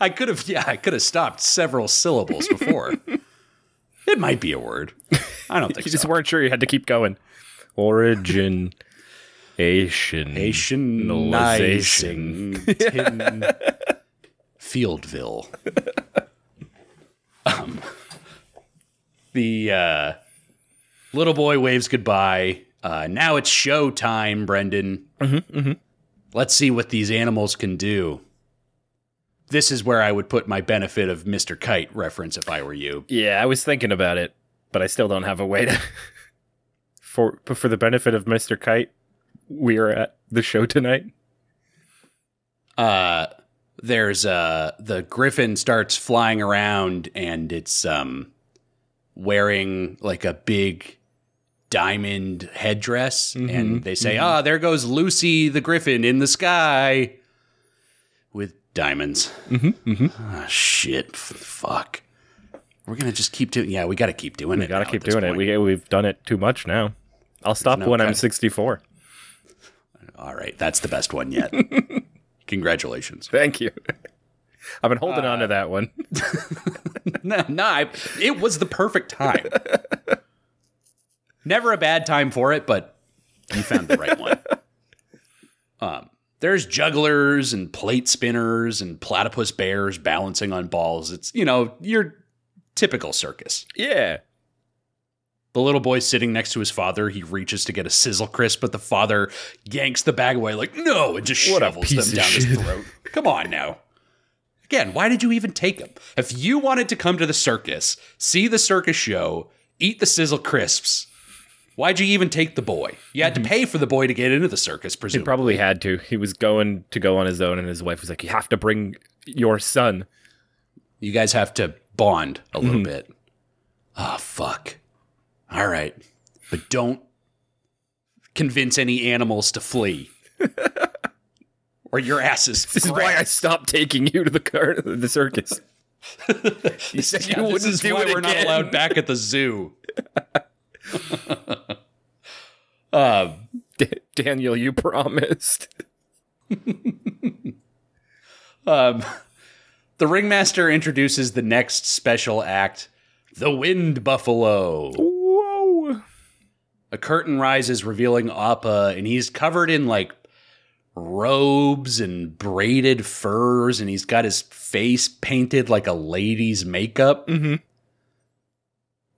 A: I could have, yeah, I could have stopped several syllables before. it might be a word. I don't think
B: you
A: so.
B: just weren't sure you had to keep going. Origin. Asian.
A: Nationalizing Fieldville. Um, the uh, little boy waves goodbye. Uh, now it's show Mm-hmm, time, Brendan. Let's see what these animals can do. this is where I would put my benefit of Mr. Kite reference if I were you.
B: Yeah, I was thinking about it, but I still don't have a way to. for but for the benefit of Mister Kite, we are at the show tonight.
A: Uh, there's uh the griffin starts flying around and it's um wearing like a big diamond headdress
B: Mm-hmm.
A: and they say ah there goes lucy the griffin in the sky with diamonds mm-hmm, Ah, shit F- fuck we're gonna just keep doing yeah we gotta keep doing it
B: We gotta
A: now at
B: keep
A: this
B: doing it.
A: point.
B: We we've done it too much now. I'll stop
A: no
B: when I'm
A: cut.
B: 64.
A: all right that's the best one yet congratulations
B: Thank you. I've been holding
A: Uh,
B: on to that one.
A: No, no, I, it was the perfect time. Never a bad time for it, but you found the right one. Um, there's jugglers and plate spinners and platypus bears balancing on balls. It's, you know, your typical circus.
B: Yeah.
A: The little boy sitting next to his father, he reaches to get a sizzle crisp, but the father yanks the bag away like, no, and just
B: What a
A: shovels
B: piece
A: them
B: of
A: down his
B: shit.
A: throat. Come on now. Again, why did you even take them? If you wanted to come to the circus, see the circus show, eat the sizzle crisps, why'd you even take the boy? You
B: Mm-hmm.
A: had to pay for the boy to get into the circus,
B: He
A: presumably.
B: probably had to. He was going to go on his own, and his wife was like, "You have to bring your son."
A: you guys have to bond a
B: Mm-hmm.
A: little bit. Ah, fuck. All right. But don't convince any animals to flee. or your asses.
B: This is why I stopped taking you to the car, the circus. you said you
A: this
B: wouldn't
A: is
B: do
A: why
B: it
A: we're not
B: again.
A: allowed back at the zoo. um,
B: D- Daniel, you promised.
A: um, the ringmaster introduces the next special act, the wind buffalo.
B: Whoa!
A: A curtain rises, revealing Appa, and he's covered in like robes and braided furs, and he's got his face painted like a lady's makeup.
B: Mm-hmm.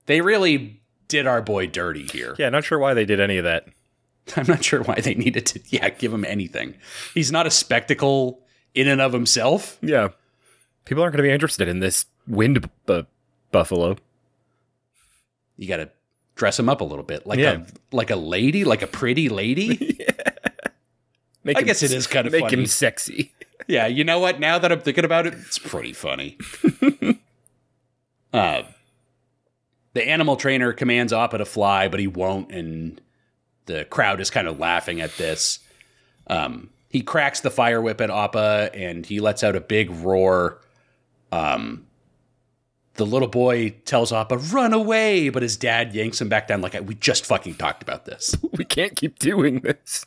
A: They really did our boy dirty here.
B: Yeah, not sure why they did any of that.
A: I'm not sure why they needed to, yeah, give him anything. He's not a spectacle in and of himself.
B: Yeah, people aren't going to be interested in this wind bu- buffalo.
A: You got to dress him up a little bit, like
B: Yeah.
A: a like a lady, like a pretty lady.
B: Make
A: I guess it is kinda
B: make
A: funny.
B: him sexy.
A: yeah, you know what? Now that I'm thinking about it, it's pretty funny. uh, the animal trainer commands Appa to fly, but he won't, and the crowd is kind of laughing at this. Um, he cracks the fire whip at Appa, and he lets out a big roar. Um, the little boy tells Appa, "Run away!" But his dad yanks him back down. Like we just fucking talked about this.
B: We can't keep doing this.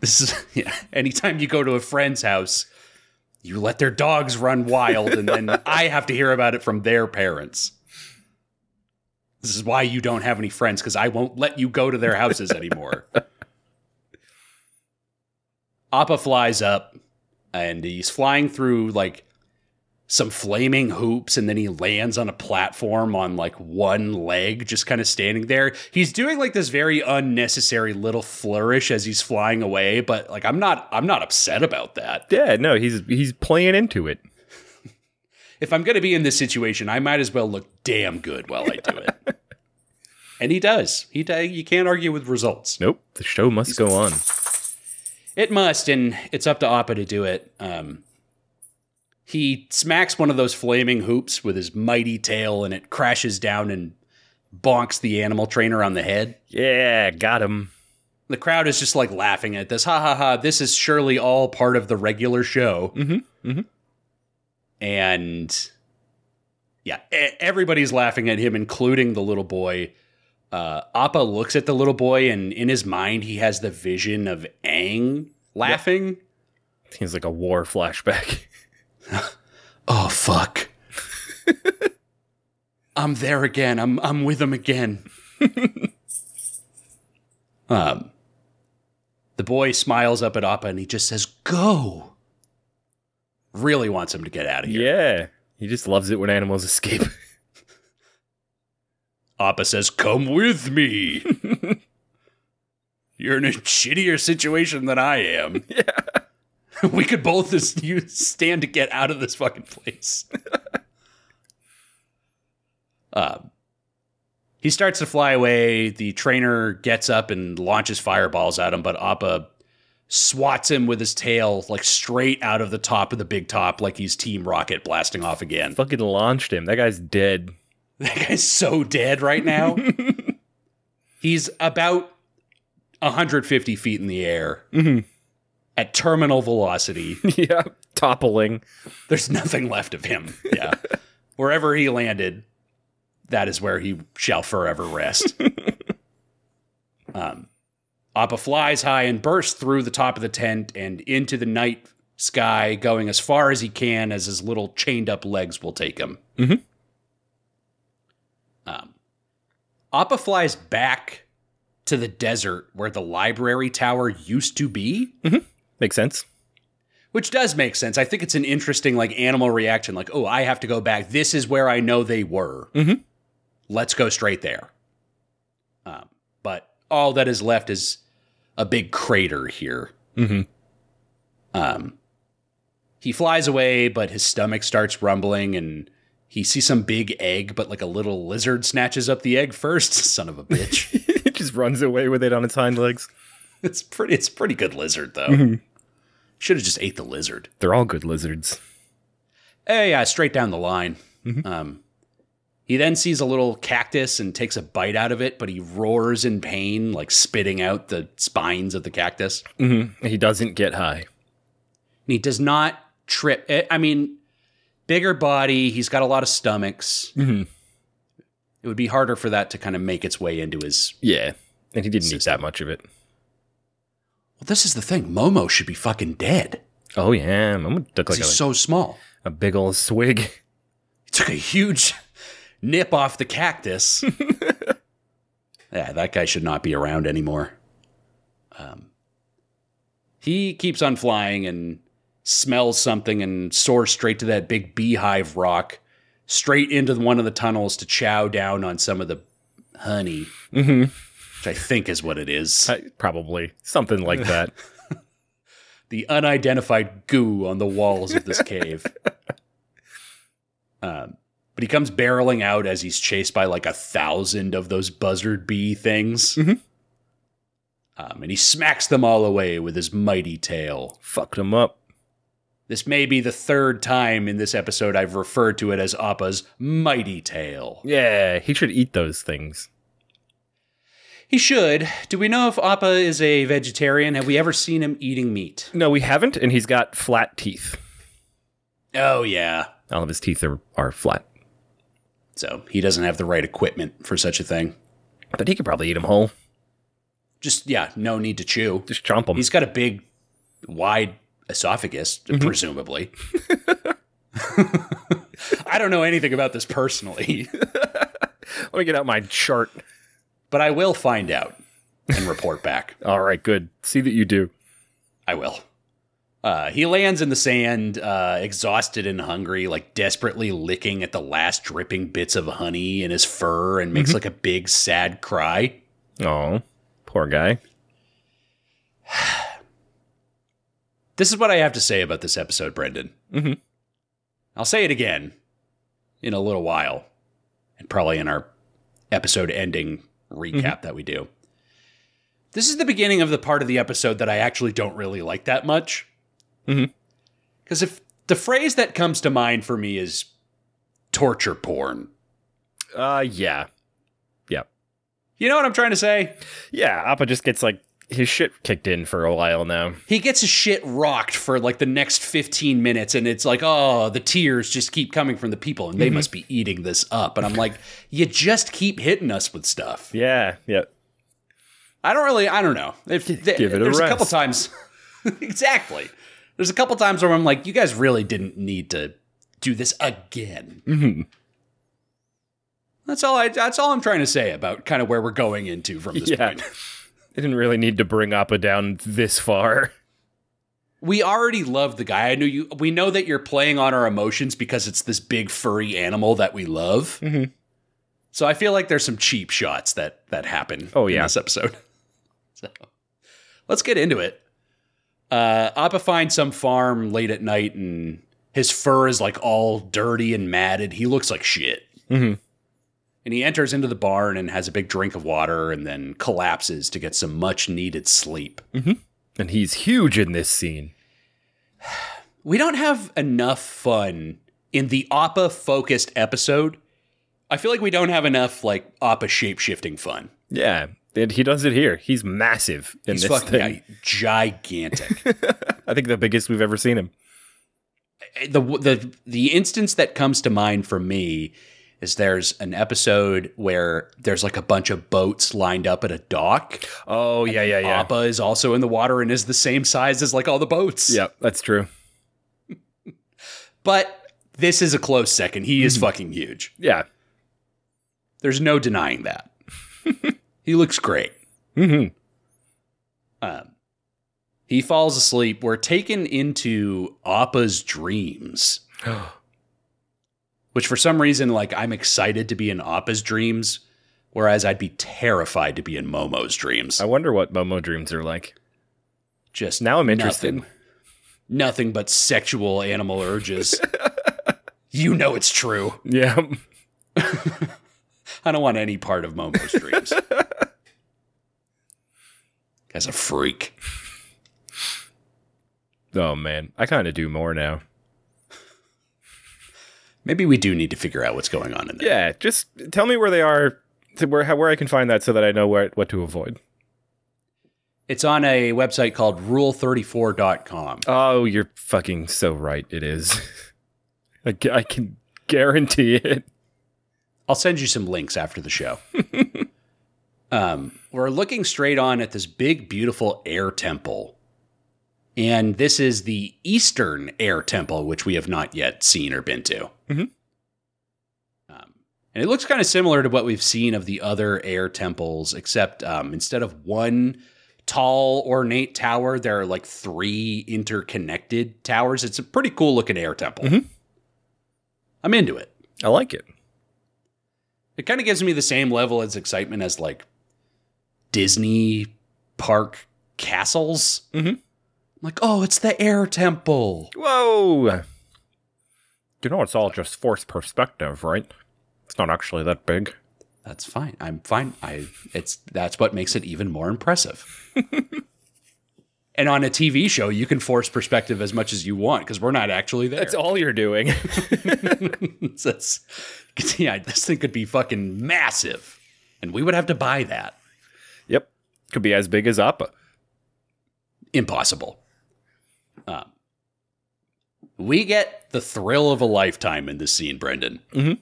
A: This is yeah. Anytime you go to a friend's house, you let their dogs run wild, and then I have to hear about it from their parents. This is why you don't have any friends because I won't let you go to their houses anymore. Appa flies up, and he's flying through like some flaming hoops, and then he lands on a platform on like one leg, just kind of standing there. He's doing like this very unnecessary little flourish as he's flying away, but like I'm not, I'm not upset about that.
B: Yeah, no, he's he's playing into it.
A: If I'm going to be in this situation, I might as well look damn good while I do it. and he does. He does. You can't argue with results.
B: Nope, the show must go on.
A: It must, and it's up to Appa to do it. Um, he smacks one of those flaming hoops with his mighty tail, and it crashes down and bonks the animal trainer on the head.
B: Yeah, got him.
A: The crowd is just like laughing at this. Ha ha ha! This is surely all part of the regular show. Mm-hmm. Mm-hmm. And yeah, e- everybody's laughing at him, including the little boy. Uh, Appa looks at the little boy, and in his mind, he has the vision of Aang laughing.
B: He's like a war flashback.
A: oh fuck i'm there again i'm i'm with him again um the boy smiles up at appa and he just says go really wants him to get out of here
B: Yeah. He just loves it when animals escape.
A: appa says come with me You're in a shittier situation than I am. we could both just you stand to get out of this fucking place. um, he starts to fly away. The trainer gets up and launches fireballs at him, but Appa swats him with his tail, like straight out of the top of the big top, like he's Team Rocket blasting off again.
B: Fucking launched him. That guy's dead.
A: That guy's so dead right now. He's about 150 feet in the air at terminal velocity.
B: yeah. Toppling.
A: There's nothing left of him. Yeah. Wherever he landed, that is where he shall forever rest. um, Appa flies high and bursts through the top of the tent and into the night sky, going as far as he can as his little chained up legs will take him.
B: Mhm.
A: Um, Appa flies back to the desert where the library tower used to be
B: Makes sense.
A: which does make sense. I think it's an interesting like animal reaction like, "Oh, I have to go back. This is where I know they were.
B: Mhm.
A: Let's go straight there." Um, but all that is left is a big crater here.
B: Mm-hmm.
A: Um, he flies away, but his stomach starts rumbling and he sees some big egg, but like a little lizard snatches up the egg first. Son of a bitch.
B: it just runs away with it on its hind legs.
A: it's pretty it's a pretty good lizard though. Should have just ate the lizard.
B: They're all good lizards.
A: Eh, yeah, straight down the line. Um, he then sees a little cactus and takes a bite out of it, but he roars in pain, like spitting out the spines of the cactus. And
B: Mm-hmm. He doesn't get high.
A: he does not trip. eh, I mean, bigger body, he's got a lot of stomachs.
B: Mhm.
A: It would be harder for that to kind of make its way into his.
B: Yeah. And he didn't eat that much of it.
A: Well, this is the thing. Momo should be fucking dead.
B: Oh, yeah. I'm going to look
A: 'cause
B: like a,
A: he's so small.
B: a big old swig.
A: He took a huge nip off the cactus. yeah, that guy should not be around anymore. Um, he keeps on flying and smells something and soars straight to that big beehive rock, straight into one of the tunnels to chow down on some of the honey,
B: Mm-hmm.
A: which I think is what it is.
B: probably. Something like that.
A: the unidentified goo on the walls of this cave. Um, but he comes barreling out as he's chased by like a thousand of those buzzard bee things.
B: Mhm.
A: Um, and he smacks them all away with his mighty tail.
B: Fucked him up.
A: This may be the third time in this episode I've referred to it as Appa's mighty tail.
B: Yeah. He should eat those things.
A: He should. Do we know if Appa is a vegetarian? Have we ever seen him eating meat?
B: No, we haven't. And he's got flat teeth.
A: Oh, yeah.
B: All of his teeth are, are flat.
A: So he doesn't have the right equipment for such a thing.
B: But he could probably eat them whole.
A: just yeah, no need to chew.
B: Just chomp them.
A: He's got a big, wide esophagus, presumably. I don't know anything about this personally,
B: Let me get out my chart.
A: but I will find out and report back.
B: All right, good. See that you do.
A: I will. Uh, he lands in the sand, uh, exhausted and hungry, like desperately licking at the last dripping bits of honey in his fur, and makes like a big sad cry.
B: Oh, poor guy.
A: This is what I have to say about this episode, Brendan.
B: Mhm.
A: I'll say it again in a little while, and probably in our episode ending recap that we do. This is the beginning of the part of the episode that I actually don't really like that much.
B: Mhm.
A: Because if the phrase that comes to mind for me is torture porn,
B: Uh, yeah, yeah,
A: you know what I'm trying to say?
B: yeah. Appa just gets like his shit kicked in for a while now.
A: he gets his shit rocked for like the next 15 minutes and it's like oh the tears just keep coming from the people
B: Mm-hmm.
A: and they must be eating this up and i'm like you just keep hitting us with stuff
B: Yeah, yeah.
A: i don't really i don't know if th-
B: give it a
A: there's a
B: rest.
A: couple times exactly there's a couple times where i'm like you guys really didn't need to do this again
B: Mm-hmm.
A: that's all i that's all i'm trying to say about kind of where we're going into from this
B: Yeah.
A: point
B: They didn't really need to bring Appa down this far.
A: we already love the guy. I know you. We know that you're playing on our emotions because it's this big furry animal that we love.
B: Mhm.
A: So I feel like there's some cheap shots that that happen.
B: Oh,
A: in
B: yeah.
A: this episode. So Let's get into it. Uh, Appa finds some farm late at night, and his fur is like all dirty and matted. He looks like shit.
B: Mhm.
A: And he enters into the barn and has a big drink of water, and then collapses to get some much needed sleep.
B: And he's huge in this scene.
A: we don't have enough fun in the Appa focused episode. I feel like we don't have enough like Appa shape shifting fun.
B: Yeah. And he does it here. He's massive in
A: He's
B: this
A: fucking
B: thing.
A: gi- gigantic.
B: I think the biggest we've ever seen him.
A: the the the instance that comes to mind for me is there's an episode where there's like a bunch of boats lined up at a dock.
B: Oh, yeah, yeah, yeah.
A: Appa is also in the water and is the same size as like all the boats.
B: Yeah, that's true.
A: But this is a close second. He
B: Hmm.
A: is fucking huge.
B: Yeah.
A: There's no denying that. he looks great.
B: Mm-hmm.
A: Um, he falls asleep. We're taken into Appa's dreams, which for some reason, like I'm excited to be in Appa's dreams, whereas I'd be terrified to be in Momo's dreams.
B: I wonder what Momo dreams are like.
A: Just
B: Now I'm interested.
A: Nothing, nothing but sexual animal urges. you know it's true.
B: Yeah.
A: I don't want any part of Momo's dreams. Guy's a freak.
B: oh, man. I kind of do more now.
A: Maybe we do need to figure out what's going on in there.
B: Yeah. Just tell me where they are, to where, how, where I can find that so that I know where, what to avoid.
A: It's on a website called rule34.com.
B: Oh, you're fucking so right. It is. I, gu- I can guarantee it.
A: I'll send you some links after the show. um, we're looking straight on at this big, beautiful air temple. And this is the Eastern Air Temple, which we have not yet seen or been to.
B: Mhm.
A: Um, and it looks kind of similar to what we've seen of the other air temples, except um, instead of one tall, ornate tower, there are like three interconnected towers. It's a pretty cool looking air temple.
B: Mhm.
A: I'm into it
B: I like it.
A: it kind of gives me the same level as excitement as like Disney park castles.
B: Mhm.
A: I'm like, oh, it's the air temple.
B: Whoa! You know, it's all just forced perspective, right? It's not actually that big.
A: That's fine. I'm fine. I it's that's what makes it even more impressive. and on a TV show, you can force perspective as much as you want because we're not actually there.
B: That's all you're doing.
A: That's- yeah, this thing could be fucking massive, and we would have to buy that.
B: yep. Could be as big as Appa.
A: impossible. Um, we get the thrill of a lifetime in this scene, Brendan.
B: Mhm.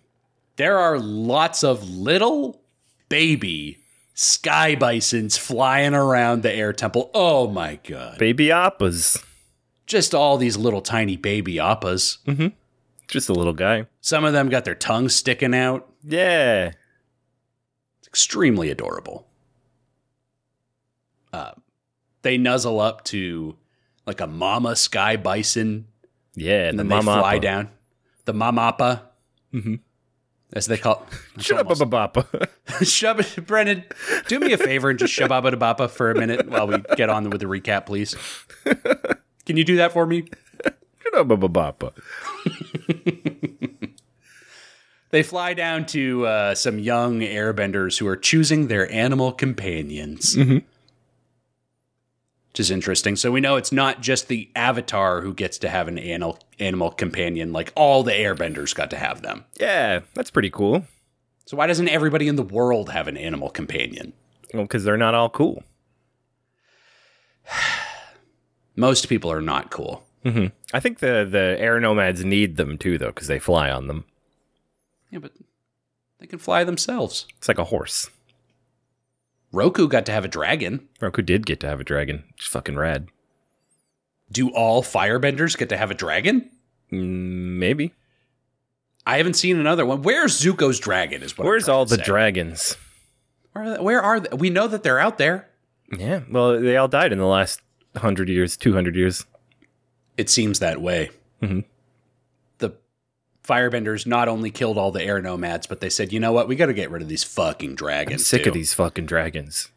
A: There are lots of little baby sky bisons flying around the air temple. Oh my god!
B: Baby Appa's
A: Just all these little tiny baby appas.
B: just a little guy.
A: Some of them got their tongues sticking out.
B: Yeah.
A: It's extremely adorable. Uh, they nuzzle up to like a mama sky bison
B: Yeah.
A: and
B: the
A: then
B: mama
A: they fly
B: Appa.
A: down. The mamapa,
B: Mhm.
A: as they call. that's
B: Shut up,
A: almost-
B: Abba Appa.
A: Shub Brennan. Do me a favor and just shove Abba Bappa for a minute while we get on with the recap, please. Can you do that for me?
B: Shut up, Abba Appa.
A: They fly down to uh, some young airbenders who are choosing their animal companions, which is interesting. So we know it's not just the avatar who gets to have an animal animal companion; like all the airbenders got to have them.
B: Yeah, that's pretty cool.
A: So why doesn't everybody in the world have an animal companion?
B: Well, because they're not all cool.
A: Most people are not cool.
B: hmm I think the, the air nomads need them too, though, because they fly on them.
A: Yeah, but they can fly themselves.
B: It's like a horse.
A: Roku got to have a dragon.
B: Roku did get to have a dragon. It's fucking rad.
A: Do all firebenders get to have a dragon?
B: Mm, maybe.
A: I haven't seen another one. Where's Zuko's dragon? Is what I'm
B: Where's
A: trying
B: all
A: to
B: the
A: say.
B: dragons?
A: Where are, they, where are they? We know that they're out there.
B: Yeah, well, they all died in the last hundred years, two hundred years.
A: It seems that way.
B: Mhm.
A: The firebenders not only killed all the air nomads, but they said, you know what? We got to get rid of these fucking dragons.
B: Sick
A: too."
B: of these fucking dragons.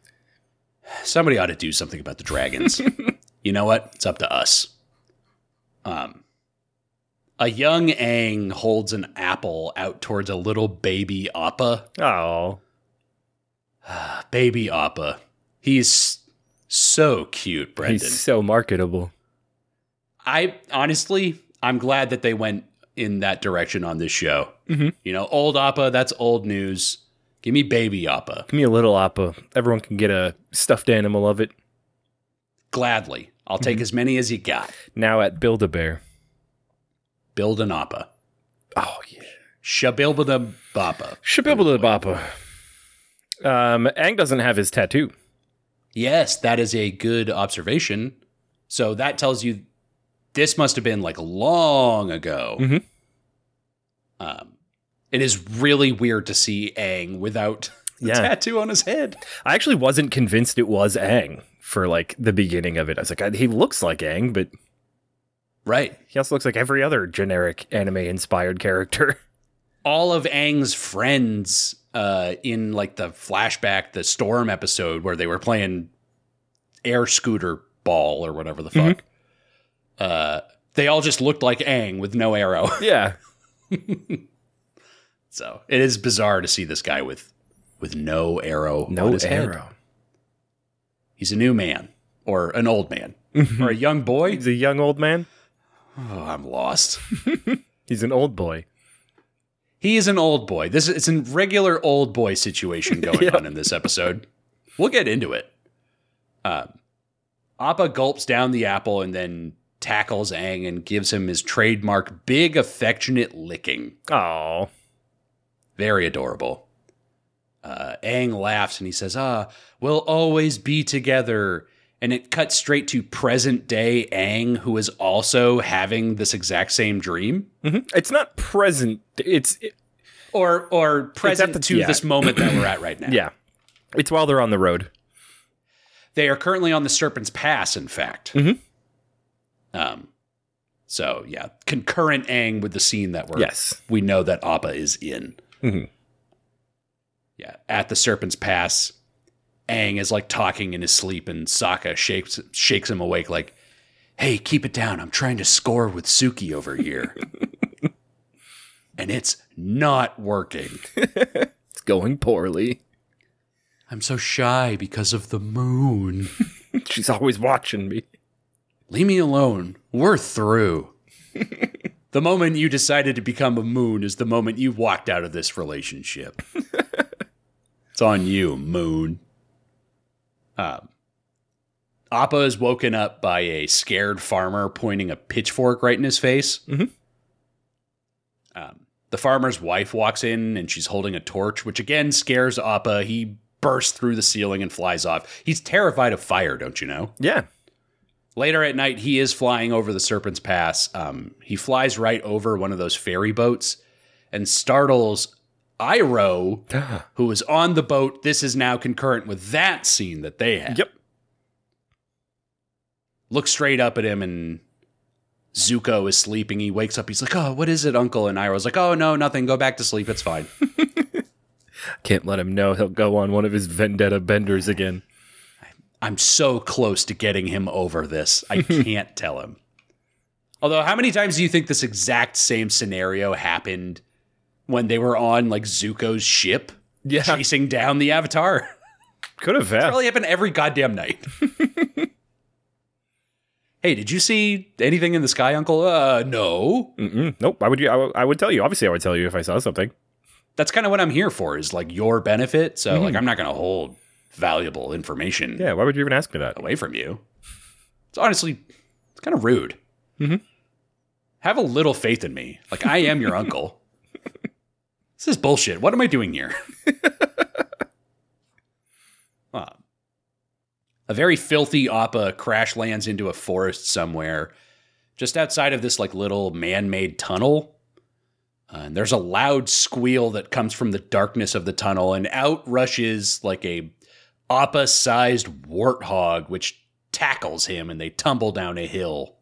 A: somebody ought to do something about the dragons. you know what? It's up to us. Um, a young Aang holds an apple out towards a little baby Appa.
B: Oh,
A: Baby Appa. He's so cute, Brendan.
B: he's so marketable.
A: I honestly, I'm glad that they went in that direction on this show.
B: Mhm.
A: You know, old Appa, that's old news. Give me baby Appa.
B: Give me a little appa. Everyone can get a stuffed animal of it.
A: Gladly. I'll take as many as you got.
B: Now at Build a Bear.
A: Build an Appa.
B: Oh yeah.
A: Shabilba Bappa.
B: Shibibble bappa. Um, Ang doesn't have his tattoo.
A: Yes, that is a good observation. So that tells you this must have been like long ago.
B: Mhm.
A: Um, it is really weird to see Aang without the
B: Yeah.
A: tattoo on his head.
B: I actually wasn't convinced it was Ang for like the beginning of it. I was like, I- he looks like Ang, but
A: Right.
B: he also looks like every other generic anime-inspired character.
A: All of Aang's friends uh, in like the flashback, the storm episode where they were playing air scooter ball or whatever the fuck. Uh, they all just looked like Aang with no arrow.
B: yeah.
A: So it is bizarre to see this guy with with no arrow. on his head. He's a new man or an old man or a young boy.
B: He's a young old man.
A: Oh, I'm lost.
B: He's an old boy.
A: He is an old boy. This it's a regular old boy situation going on in this episode. We'll get into it. Um, Appa gulps down the apple and then tackles Aang and gives him his trademark big affectionate licking.
B: Oh.
A: Very adorable. Uh, Aang laughs and he says, Ah, we'll always be together. And it cuts straight to present day Aang, who is also having this exact same dream.
B: Mm-hmm. It's not present. It's
A: Or or present
B: the-
A: to
B: yeah.
A: this moment that we're at right now.
B: yeah. It's while they're on the road.
A: They are currently on the Serpent's Pass, in fact.
B: Mhm. Mm-hmm.
A: Um so yeah, concurrent Aang with the scene that we're
B: Yes.
A: we know that Appa is in.
B: Mhm.
A: Yeah, at the Serpent's Pass, Aang is like talking in his sleep, and Sokka shakes shakes him awake, like, "Hey, keep it down! I'm trying to score with Suki over here, and it's not working.
B: It's going poorly.
A: I'm so shy because of the moon.
B: She's always watching me.
A: Leave me alone. We're through." The moment you decided to become a moon is the moment you walked out of this relationship. it's on you, moon. Um, Appa is woken up by a scared farmer pointing a pitchfork right in his face.
B: Mhm.
A: Um, the farmer's wife walks in and she's holding a torch, which again scares Appa. He bursts through the ceiling and flies off. He's terrified of fire, don't you know?
B: Yeah.
A: Later at night, he is flying over the Serpent's Pass. Um, he flies right over one of those ferry boats and startles Iro, who was on the boat. This is now concurrent with that scene that they had.
B: Yep.
A: Looks straight up at him, and Zuko is sleeping. He wakes up. He's like, Oh, what is it, Uncle? And Iroh's like, Oh, no, nothing. Go back to sleep. It's fine.
B: Can't let him know he'll go on one of his vendetta benders again.
A: I'm so close to getting him over this. I can't tell him. Although, how many times do you think this exact same scenario happened when they were on like Zuko's ship
B: Yeah.
A: chasing down the Avatar?
B: Could have.
A: Probably happened every goddamn night. hey, did you see anything in the sky, Uncle? Uh, no.
B: Mm-mm. Nope. I would. you- I would- I would tell you. Obviously, I would tell you if I saw something.
A: That's kind of what I'm here for is like your benefit. So, like, I'm not going to hold valuable information
B: Yeah. Why would you even ask me that?
A: away from you. It's honestly, it's kind of rude.
B: Mhm.
A: Have a little faith in me. Like I am your uncle. This is bullshit. What am I doing here? Uh, a very filthy Appa crash lands into a forest somewhere, just outside of this like little man-made tunnel. Uh, and there's a loud squeal that comes from the darkness of the tunnel, and out rushes like a Appa sized warthog, which tackles him and they tumble down a hill.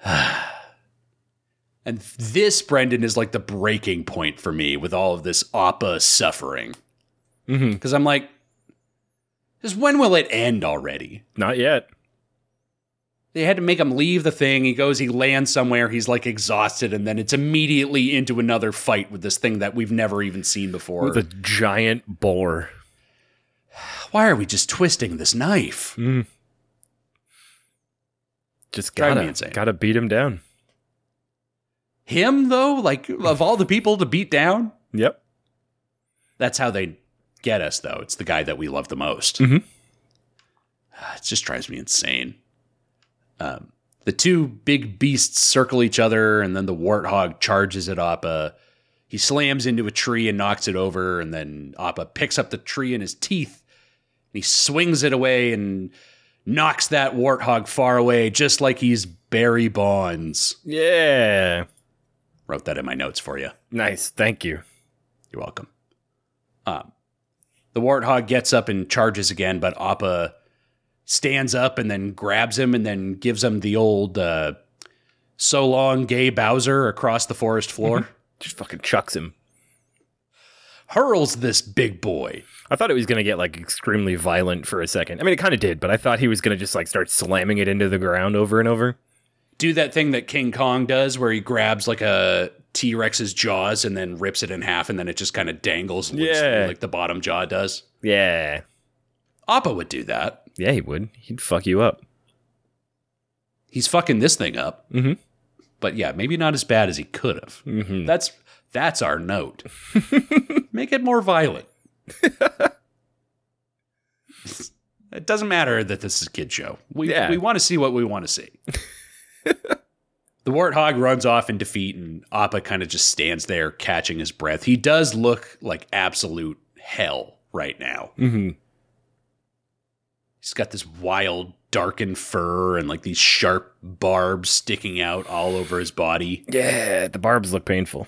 A: and this, Brendan, is like the breaking point for me with all of this Appa suffering.
B: Mm-hmm.
A: Because I'm like, Just when will it end already?
B: Not yet.
A: They had to make him leave the thing. He goes, he lands somewhere, he's like exhausted, and then it's immediately into another fight with this thing that we've never even seen before.
B: With a giant boar.
A: Why are we just twisting this knife?
B: Just
A: Mm-hmm. Drive me
B: gotta,
A: insane.
B: gotta beat him down.
A: Him, though? Like, of all the people to beat down?
B: Yep.
A: That's how they get us, though. It's the guy that we love the most.
B: Mhm.
A: Ah, It just drives me insane. Um, the two big beasts circle each other, and then the warthog charges at Appa. He slams into a tree and knocks it over, and then Appa picks up the tree in his teeth. And he swings it away and knocks that warthog far away, just like he's Barry Bonds.
B: Yeah.
A: Wrote that in my notes for you.
B: Nice. Thank you.
A: You're welcome. Um, the warthog gets up and charges again, but Appa stands up and then grabs him and then gives him the old uh, so long gay Bowser across the forest floor.
B: Just fucking chucks him.
A: Hurls this big boy.
B: I thought it was gonna get like extremely violent for a second. I mean, it kind of did, but I thought he was gonna just like start slamming it into the ground over and over.
A: Do that thing that King Kong does where he grabs like a T Rex's jaws and then rips it in half and then it just kind of dangles loosely
B: Yeah.
A: like the bottom jaw does.
B: Yeah.
A: Appa would do that.
B: Yeah, he would. He'd fuck you up.
A: he's fucking this thing up.
B: Mhm.
A: But yeah, maybe not as bad as he could have. That's that's our note. Make it more violent. it doesn't matter that this is a kid show. We
B: Yeah.
A: we want to see what we want to see. the warthog runs off in defeat, and Appa kind of just stands there catching his breath. He does look like absolute hell right now.
B: Mm-hmm.
A: He's got this wild, darkened fur and like these sharp barbs sticking out all over his body.
B: Yeah, the barbs look painful.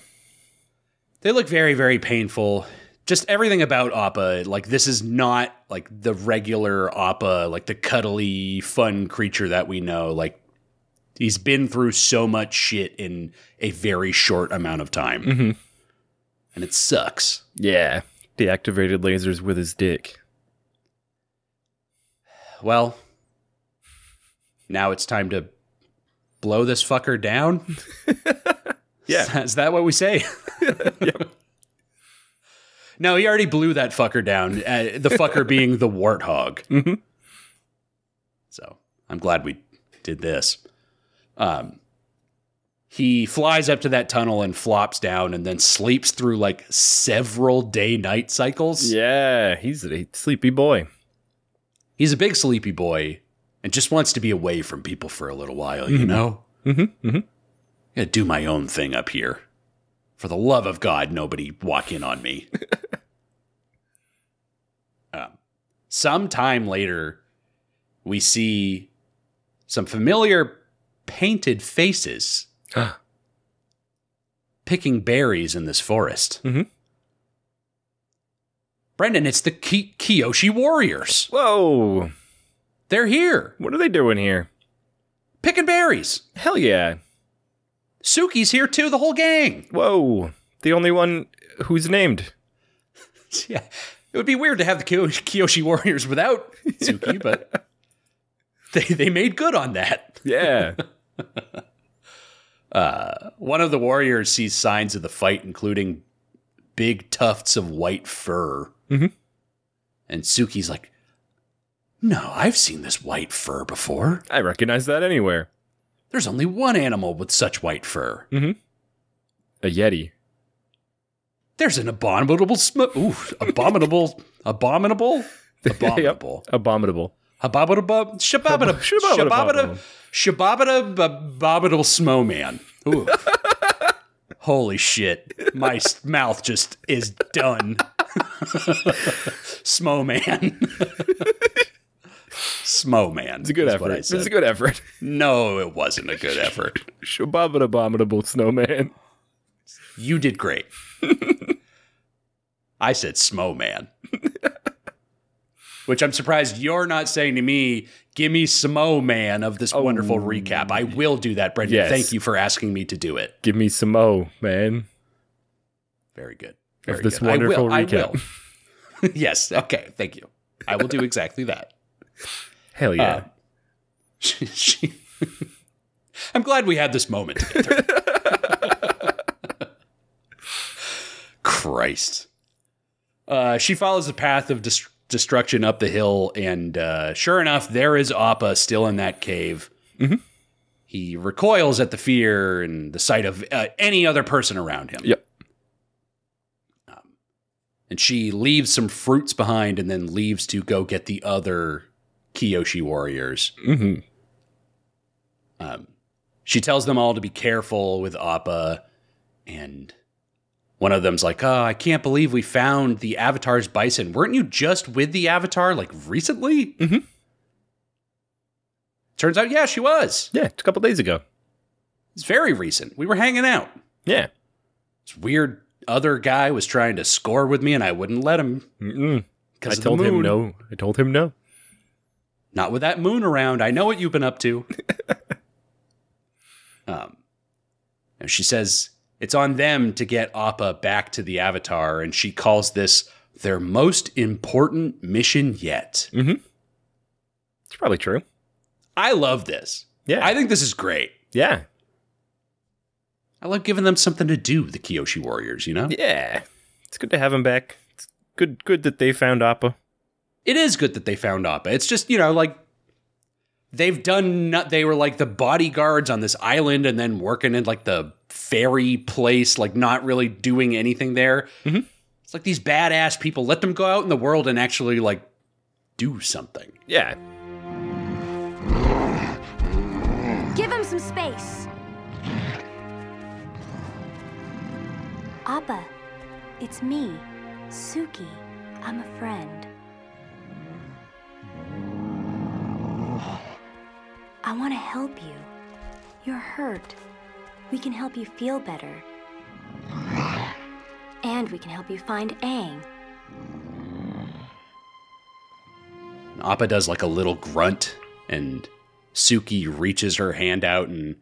A: They look very, very painful. Just everything about Appa, like this is not like the regular Appa, like the cuddly, fun creature that we know. Like he's been through so much shit in a very short amount of time.
B: Mhm.
A: And it sucks.
B: Yeah. Deactivated lasers with his dick.
A: Well, now it's time to blow this fucker down.
B: Yeah.
A: Is that what we say? No, he already blew that fucker down. Uh, the fucker being the warthog.
B: Mhm.
A: So I'm glad we did this. Um, he flies up to that tunnel and flops down, and then sleeps through like several day-night cycles.
B: Yeah, he's a sleepy boy.
A: He's a big sleepy boy, and just wants to be away from people for a little while. You know,
B: Mm-hmm. Mm-hmm.
A: I gotta do my own thing up here. For the love of God, nobody walk in on me. um, sometime later, we see some familiar painted faces picking berries in this forest.
B: Mhm.
A: Brendan, it's the Ki- Kyoshi Warriors.
B: Whoa.
A: They're here
B: What are they doing here?
A: picking berries.
B: Hell yeah.
A: Suki's here too, the whole gang.
B: Whoa. The only one who's named.
A: yeah, it would be weird to have the Kyo- Kyoshi Warriors without Suki, but they they made good on that.
B: Yeah.
A: One of the warriors sees signs of the fight, including big tufts of white fur,
B: Mhm.
A: and Suki's like, "No, I've seen this white fur before.
B: I recognize that anywhere.
A: There's only one animal with such white fur.
B: A Yeti.
A: There's an abominable sm- ooh, abominable, abominable, abominable."
B: Yep. Abominable.
A: Hababadabub, shababada, shababada,
B: Shababada-
A: shababada, babadal snowman. Ooh. Holy shit. My s- mouth just is done. Snowman. Snowman.
B: It's a good
A: is
B: effort.
A: what I
B: It's
A: said.
B: a good effort.
A: no, it wasn't a good effort.
B: Shabbat abominable snowman.
A: You did great. I said Snowman. Which I'm surprised you're not saying to me, give me Snowman of this wonderful recap. I will do that, Brendan.
B: Oh, Yes.
A: Thank you for asking me to do it.
B: Give me some mo, man.
A: Very good. Very
B: this
A: good. I will,
B: wonderful
A: I
B: recap.
A: will. yes. Okay. Thank you. I will do exactly that.
B: Hell yeah.
A: Uh, she, she- I'm glad we had this moment together. Christ. Uh, she follows the path of dis- destruction up the hill, and uh, sure enough, there is Appa still in that cave. He recoils at the fear and the sight of uh, any other person around him.
B: Yep.
A: And she leaves some fruits behind and then leaves to go get the other Kyoshi warriors.
B: Mm-hmm.
A: Um, she tells them all to be careful with Appa, and one of them's like, "Oh, I can't believe we found the Avatar's bison. Weren't you just with the Avatar like recently?"
B: Mhm.
A: Turns out, yeah, she was.
B: Yeah, it's a couple days ago.
A: It's very recent. We were hanging out.
B: Yeah.
A: This weird other guy was trying to score with me, and I wouldn't let him.
B: Mm-mm. I
A: 'cause of the
B: told him
A: moon.
B: no. I told him no.
A: Not with that moon around. I know what you've been up to. um, and she says it's on them to get Appa back to the Avatar, and she calls this their most important mission yet.
B: It's probably true.
A: I love this.
B: Yeah.
A: I think this is great.
B: yeah.
A: I love giving them something to do, the Kyoshi Warriors, you know?
B: Yeah. It's good to have him back. It's good good that they found Appa.
A: It is good that they found Appa. It's just, you know, like they've done not they were like the bodyguards on this island and then working in like the ferry place, like not really doing anything there. It's like these badass people. Let them go out in the world and actually like do something.
B: Yeah.
C: Give him some space. Appa, it's me, Suki. I'm a friend. I want to help you. You're hurt. We can help you feel better. And we can help you find Aang.
A: And Appa does like a little grunt and Suki reaches her hand out and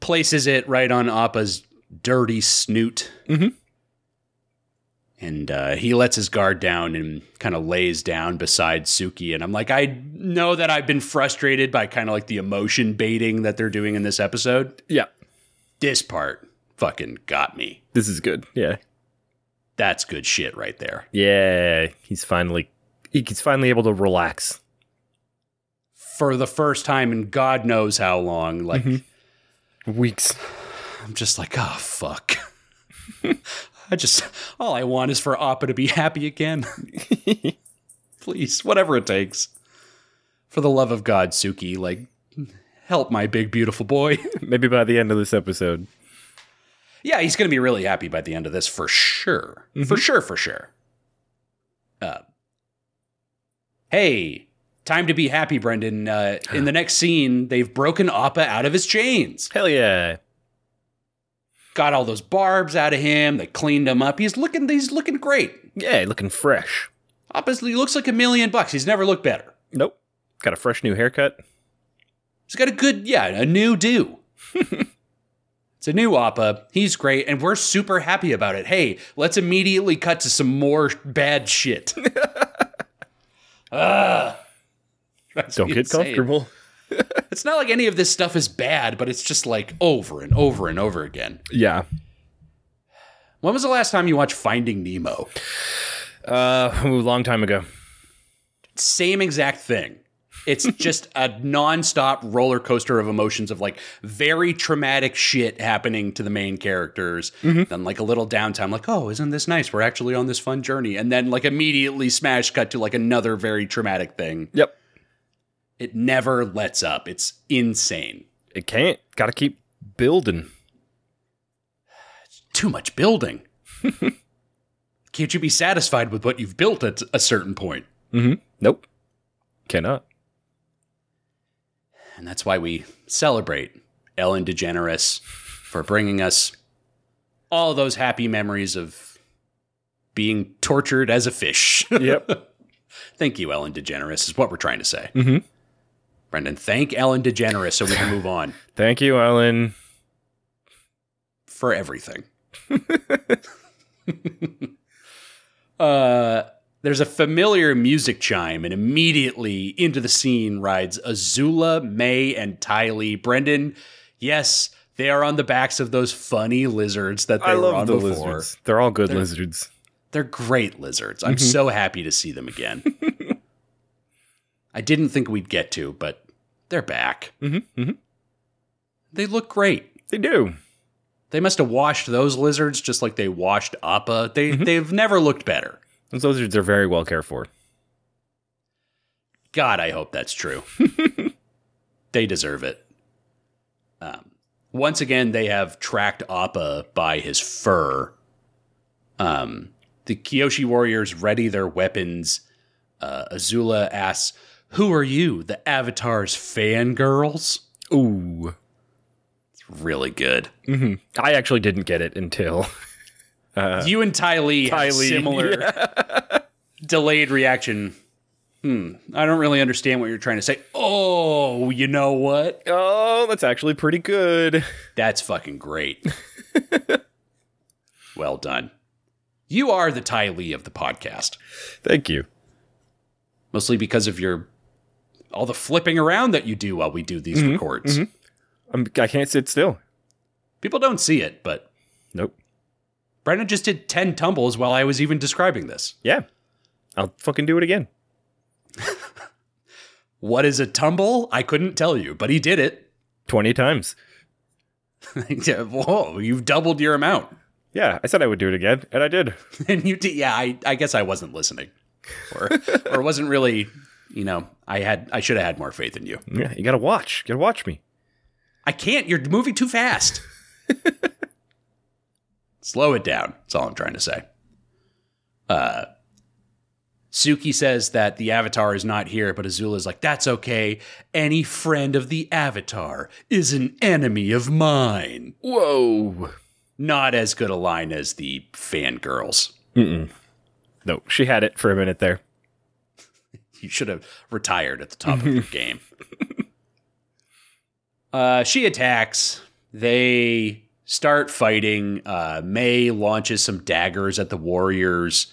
A: places it right on Appa's dirty snoot.
B: Mhm.
A: And uh, he lets his guard down and kind of lays down beside Suki. And I'm like, I know that I've been frustrated by kind of like the emotion baiting that they're doing in this episode.
B: Yeah.
A: This part fucking got me.
B: This is good. Yeah.
A: That's good shit right there.
B: Yeah. He's finally he- he's finally able to relax.
A: For the first time in God knows how long, like
B: Weeks.
A: I'm just like, oh fuck. I just all I want is for Appa to be happy again. Please, whatever it takes. For the love of God, Suki, like help my big beautiful boy.
B: Maybe by the end of this episode.
A: yeah, he's gonna be really happy by the end of this for sure. For sure, for sure. Uh, hey, time to be happy, Brendan. Uh, in the next scene, they've broken Appa out of his chains.
B: Hell yeah.
A: Got all those barbs out of him. They cleaned him up. He's looking. He's looking great.
B: Yeah, looking fresh.
A: Oppositely looks like a million bucks. He's never looked better.
B: Nope. Got a fresh new haircut.
A: He's got a good, yeah, a new do. it's a new Appa. He's great, and we're super happy about it. Hey, let's immediately cut to some more bad shit. Ugh. Drives
B: Don't
A: me
B: get
A: insane.
B: comfortable.
A: It's not like any of this stuff is bad, but it's just like over and over and over again.
B: Yeah.
A: When was the last time you watched Finding Nemo?
B: Uh, ooh, long time ago.
A: same exact thing. It's just a nonstop roller coaster of emotions of like very traumatic shit happening to the main characters. Then like a little downtime, like, oh, isn't this nice? We're actually on this fun journey. And then like immediately smash cut to like another very traumatic thing.
B: Yep.
A: It never lets up. It's insane.
B: It can't. Got to keep building.
A: Too much building. Can't you be satisfied with what you've built at a certain point?
B: Mm-hmm. Nope. Cannot.
A: And that's why we celebrate Ellen DeGeneres for bringing us all those happy memories of being tortured as a fish.
B: Yep.
A: thank you, Ellen DeGeneres, is what we're trying to say.
B: Mhm.
A: Brendan, thank Ellen DeGeneres so we can move on
B: Thank you, Ellen.
A: for everything. uh, There's a familiar music chime, and immediately into the scene rides Azula, May, and Tylee. Brendan, yes, they are on the backs of those funny lizards that they
B: I
A: were on
B: love the
A: before.
B: lizards. Mm-hmm. They're all good lizards.
A: They're great lizards. I'm so happy to see them again. I didn't think we'd get to, but they're back. Mm-hmm. They look great.
B: They do.
A: They must have washed those lizards just like they washed Appa. They they've never looked better.
B: Those lizards are very well cared for.
A: God, I hope that's true. they deserve it. Um, once again, they have tracked Appa by his fur. Um, the Kyoshi warriors ready their weapons. Uh, Azula asks, "Who are you? The Avatar's fangirls?"
B: Ooh.
A: It's really good.
B: hmm I actually didn't get it until
A: you and Ty Lee
B: Ty
A: had
B: Lee,
A: similar delayed reaction. Hmm. I don't really understand what you're trying to say. Oh, you know what?
B: oh, that's actually pretty good.
A: That's fucking great. well done. You are the Ty Lee of the podcast,
B: Thank you.
A: mostly because of your all the flipping around that you do while we do these
B: Mm-hmm,
A: records.
B: I'm, I can't sit still.
A: People don't see it, but
B: Nope.
A: Brendan just did 10 tumbles while I was even describing this.
B: Yeah. I'll fucking do it again.
A: What is a tumble? I couldn't tell you, but he did it.
B: 20 times.
A: Yeah, Whoa, you've doubled your amount.
B: Yeah, I said I would do it again, and I did.
A: And you did, yeah. I, I guess I wasn't listening, or or wasn't really. You know, I had I should have had more faith in you.
B: Yeah, you gotta watch. You gotta watch me.
A: I can't. You're moving too fast. Slow it down. That's all I'm trying to say. Uh, Suki says that the Avatar is not here, but Azula's like, "That's okay. Any friend of the Avatar is an enemy of mine."
B: Whoa.
A: Not as good a line as the fangirls.
B: No, she had it for a minute there.
A: you should have retired at the top of your game. Uh, she attacks. They start fighting. Uh, May launches some daggers at the warriors,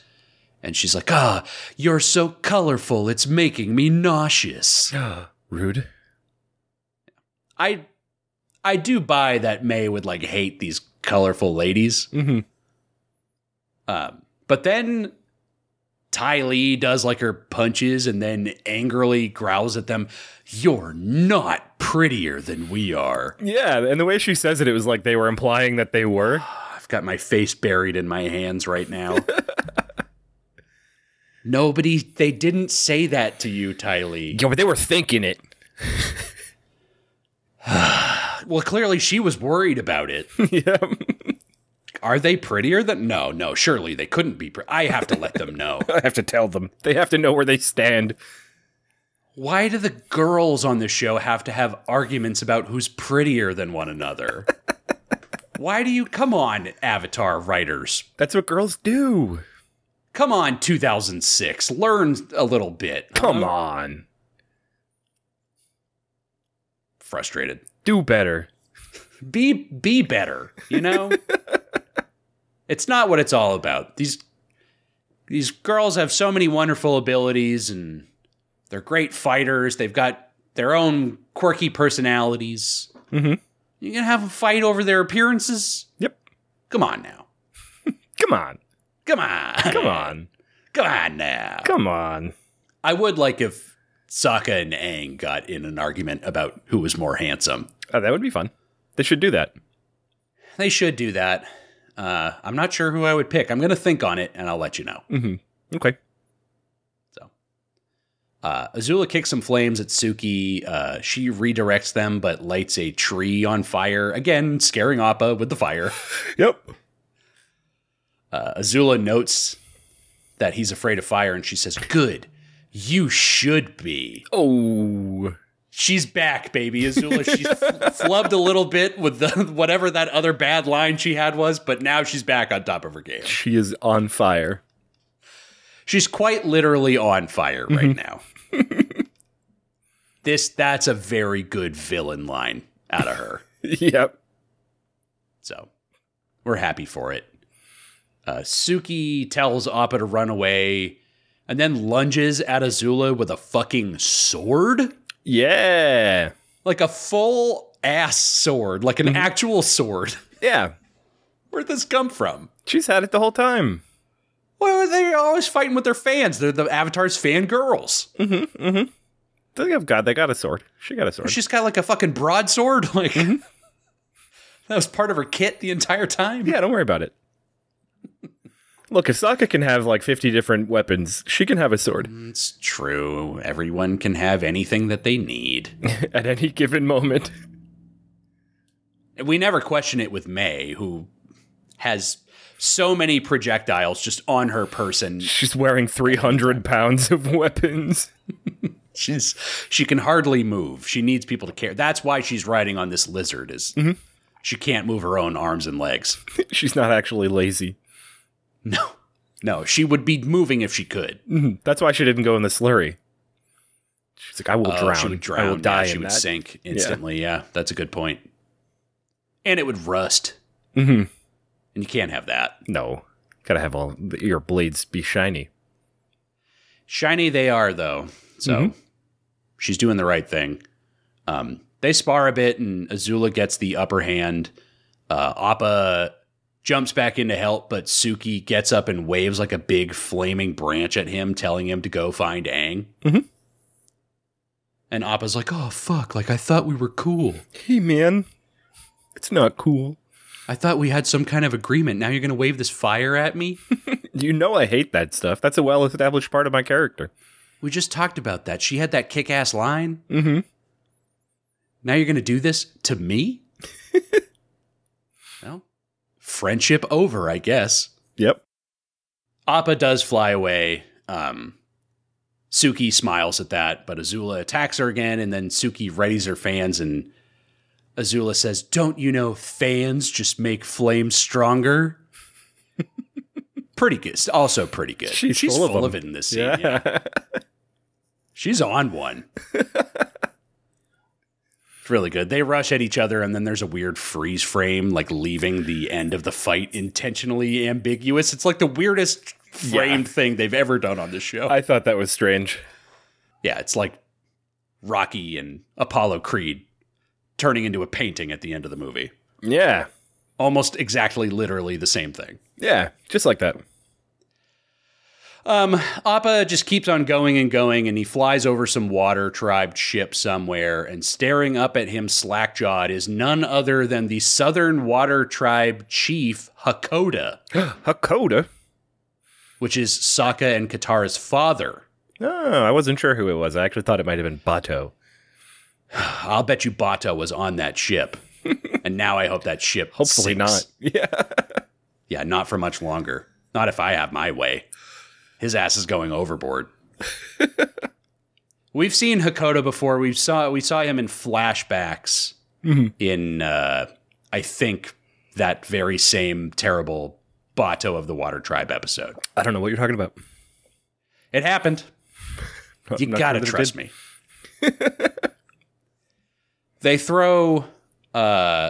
A: and she's like, "Ah, you're so colorful. It's making me nauseous."
B: Rude.
A: I, I do buy that May would like hate these colorful ladies.
B: Mm-hmm.
A: Um, but then Ty Lee does like her punches and then angrily growls at them, You're not prettier than we are.
B: Yeah, and the way she says it, it was like they were implying that they were.
A: I've got my face buried in my hands right now. Nobody, they didn't say that to you, Ty Lee.
B: Yeah, but they were thinking it.
A: Well, clearly she was worried about it.
B: yeah.
A: Are they prettier than? No, no, surely they couldn't be. Pre- I have to let them know.
B: I have to tell them. They have to know where they stand.
A: Why do the girls on the show have to have arguments about who's prettier than one another? Why do you come on, Avatar writers?
B: That's what girls do.
A: Come on, 2006. Learn a little bit.
B: Come on.
A: Frustrated.
B: Do better.
A: Be be better, you know? it's not what it's all about. These these girls have so many wonderful abilities and they're great fighters. They've got their own quirky personalities.
B: Mhm.
A: You're going to have a fight over their appearances?
B: Yep.
A: Come on now.
B: Come on.
A: Come on.
B: Come on.
A: Come on now.
B: Come on.
A: I would like if Sokka and Aang got in an argument about who was more handsome.
B: Oh, that would be fun. They should do that.
A: They should do that. Uh, I'm not sure who I would pick. I'm going to think on it and I'll let you know.
B: Okay.
A: So, uh, Azula kicks some flames at Suki. Uh, she redirects them but lights a tree on fire, again, scaring Appa with the fire.
B: Yep.
A: Uh, Azula notes that he's afraid of fire and she says, Good. You should be.
B: Oh.
A: She's back, baby Azula. She's f- flubbed a little bit with the whatever that other bad line she had was, but now she's back on top of her game.
B: She is on fire.
A: She's quite literally on fire right now. this that's a very good villain line out of her.
B: yep.
A: So we're happy for it. Uh, Suki tells Appa to run away. and then lunges at Azula with a fucking sword?
B: Yeah.
A: Like a full ass sword, like an actual sword.
B: Yeah.
A: Where'd this come from?
B: She's had it the whole time.
A: Well, they're always fighting with their fans. They're the Avatar's fangirls.
B: They have got they got a sword. She got a sword.
A: She's got like a fucking broadsword. Like that was part of her kit the entire time.
B: yeah, don't worry about it. Look, if Sokka can have like 50 different weapons, she can have a sword
A: It's true. Everyone can have anything that they need.
B: at any given moment.
A: we never question it with May, who has so many projectiles just on her person.
B: She's wearing 300 pounds of weapons.
A: She's she can hardly move. She needs people to care. That's why she's riding on this lizard is she can't move her own arms and legs.
B: She's not actually lazy.
A: No. No, she would be moving if she could.
B: Mm-hmm. That's why she didn't go in the slurry. She's like, I will
A: Oh,
B: drown.
A: She would drown.
B: I will die
A: yeah, she
B: in
A: would
B: that.
A: sink instantly. Yeah. that's a good point. And it would rust.
B: Mhm.
A: And you can't have that.
B: No, gotta have all your blades be shiny.
A: Shiny they are though. So
B: Mm-hmm.
A: she's doing the right thing. Um, they spar a bit and Azula gets the upper hand. Uh, Appa jumps back in to help, but Suki gets up and waves like a big flaming branch at him, telling him to go find Aang.
B: Mm-hmm.
A: And Appa's like, oh, fuck. Like, I thought we were cool.
B: Hey, man, it's not cool.
A: I thought we had some kind of agreement. Now you're going to wave this fire at me?
B: You know I hate that stuff. That's a well-established part of my character.
A: we just talked about that. She had that kick ass line.
B: Mm-hmm.
A: Now you're going to do this to me? well, friendship over, I guess.
B: Yep.
A: Appa does fly away. Um, Suki smiles at that, but Azula attacks her again, and then Suki readies her fans, and Azula says, Don't you know fans just make flames stronger? pretty good. Also pretty good.
B: She's full of them.
A: it in this scene. yeah. She's on one. it's really good. They rush at each other, and then there's a weird freeze frame, like leaving the end of the fight intentionally ambiguous. It's like the weirdest framed thing they've ever done on this show.
B: I thought that was strange.
A: yeah, it's like Rocky and Apollo Creed turning into a painting at the end of the movie.
B: Yeah.
A: Almost exactly, literally the same thing.
B: Yeah. Just like that.
A: Um, Appa just keeps on going and going, and he flies over some water tribe ship somewhere. And staring up at him, slackjawed, is none other than the Southern Water Tribe chief Hakoda,
B: Hakoda.
A: which is Sokka and Katara's father.
B: Oh, I wasn't sure who it was. I actually thought it might have been Bato.
A: I'll bet you Bato was on that ship, and now I hope that ship.
B: Hopefully
A: sinks.
B: not. Yeah.
A: Yeah, not for much longer. Not if I have my way. His ass is going overboard. We've seen Hakoda before. We saw we saw him in flashbacks in uh, I think that very same terrible Bato of the Water Tribe episode.
B: I don't know what you're talking about.
A: It happened. You
B: I'm not
A: gotta
B: sure that it
A: trust
B: did.
A: me. they throw uh,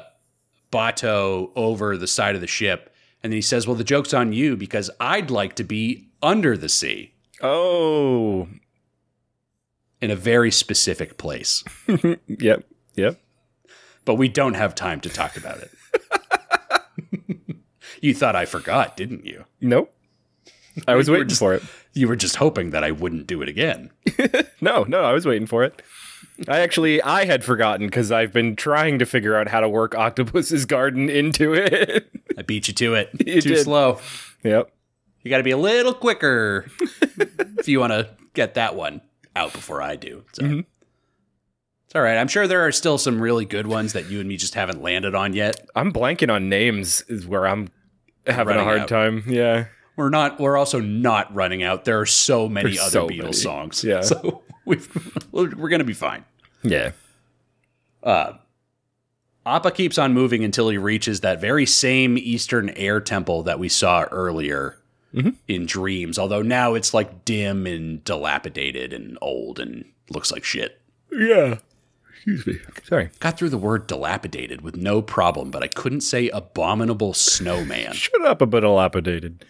A: Bato over the side of the ship, and then he says, "Well, the joke's on you because I'd like to be under the sea
B: Oh.
A: in a very specific place,
B: Yep. Yep.
A: but we don't have time to talk about it." you thought I forgot, didn't you?
B: Nope. I was
A: You were
B: waiting
A: just-
B: for it.
A: You were just hoping that I wouldn't do it again.
B: No, no, I was waiting for it. I actually I had forgotten because I've been trying to figure out how to work Octopus's Garden into it.
A: I beat you to it.
B: You
A: Too
B: did.
A: slow.
B: yep.
A: You got to be a little quicker if you want to get that one out before I do. So.
B: Mm-hmm.
A: It's all right. I'm sure there are still some really good ones that you and me just haven't landed on yet.
B: I'm blanking on names is where I'm having
A: Running
B: a hard
A: out.
B: time. Yeah.
A: We're not. We're also not running out. There are so many
B: There's
A: other
B: so
A: Beatles
B: many.
A: songs.
B: Yeah.
A: So we've, we're gonna be fine.
B: Yeah.
A: Uh, Appa keeps on moving until he reaches that very same Eastern Air Temple that we saw earlier
B: Mm-hmm.
A: in Dreams, although now it's like dim and dilapidated and old and looks like shit.
B: Yeah. Excuse me. Sorry.
A: Got through the word dilapidated with no problem, but I couldn't say abominable snowman.
B: Shut up a bit dilapidated.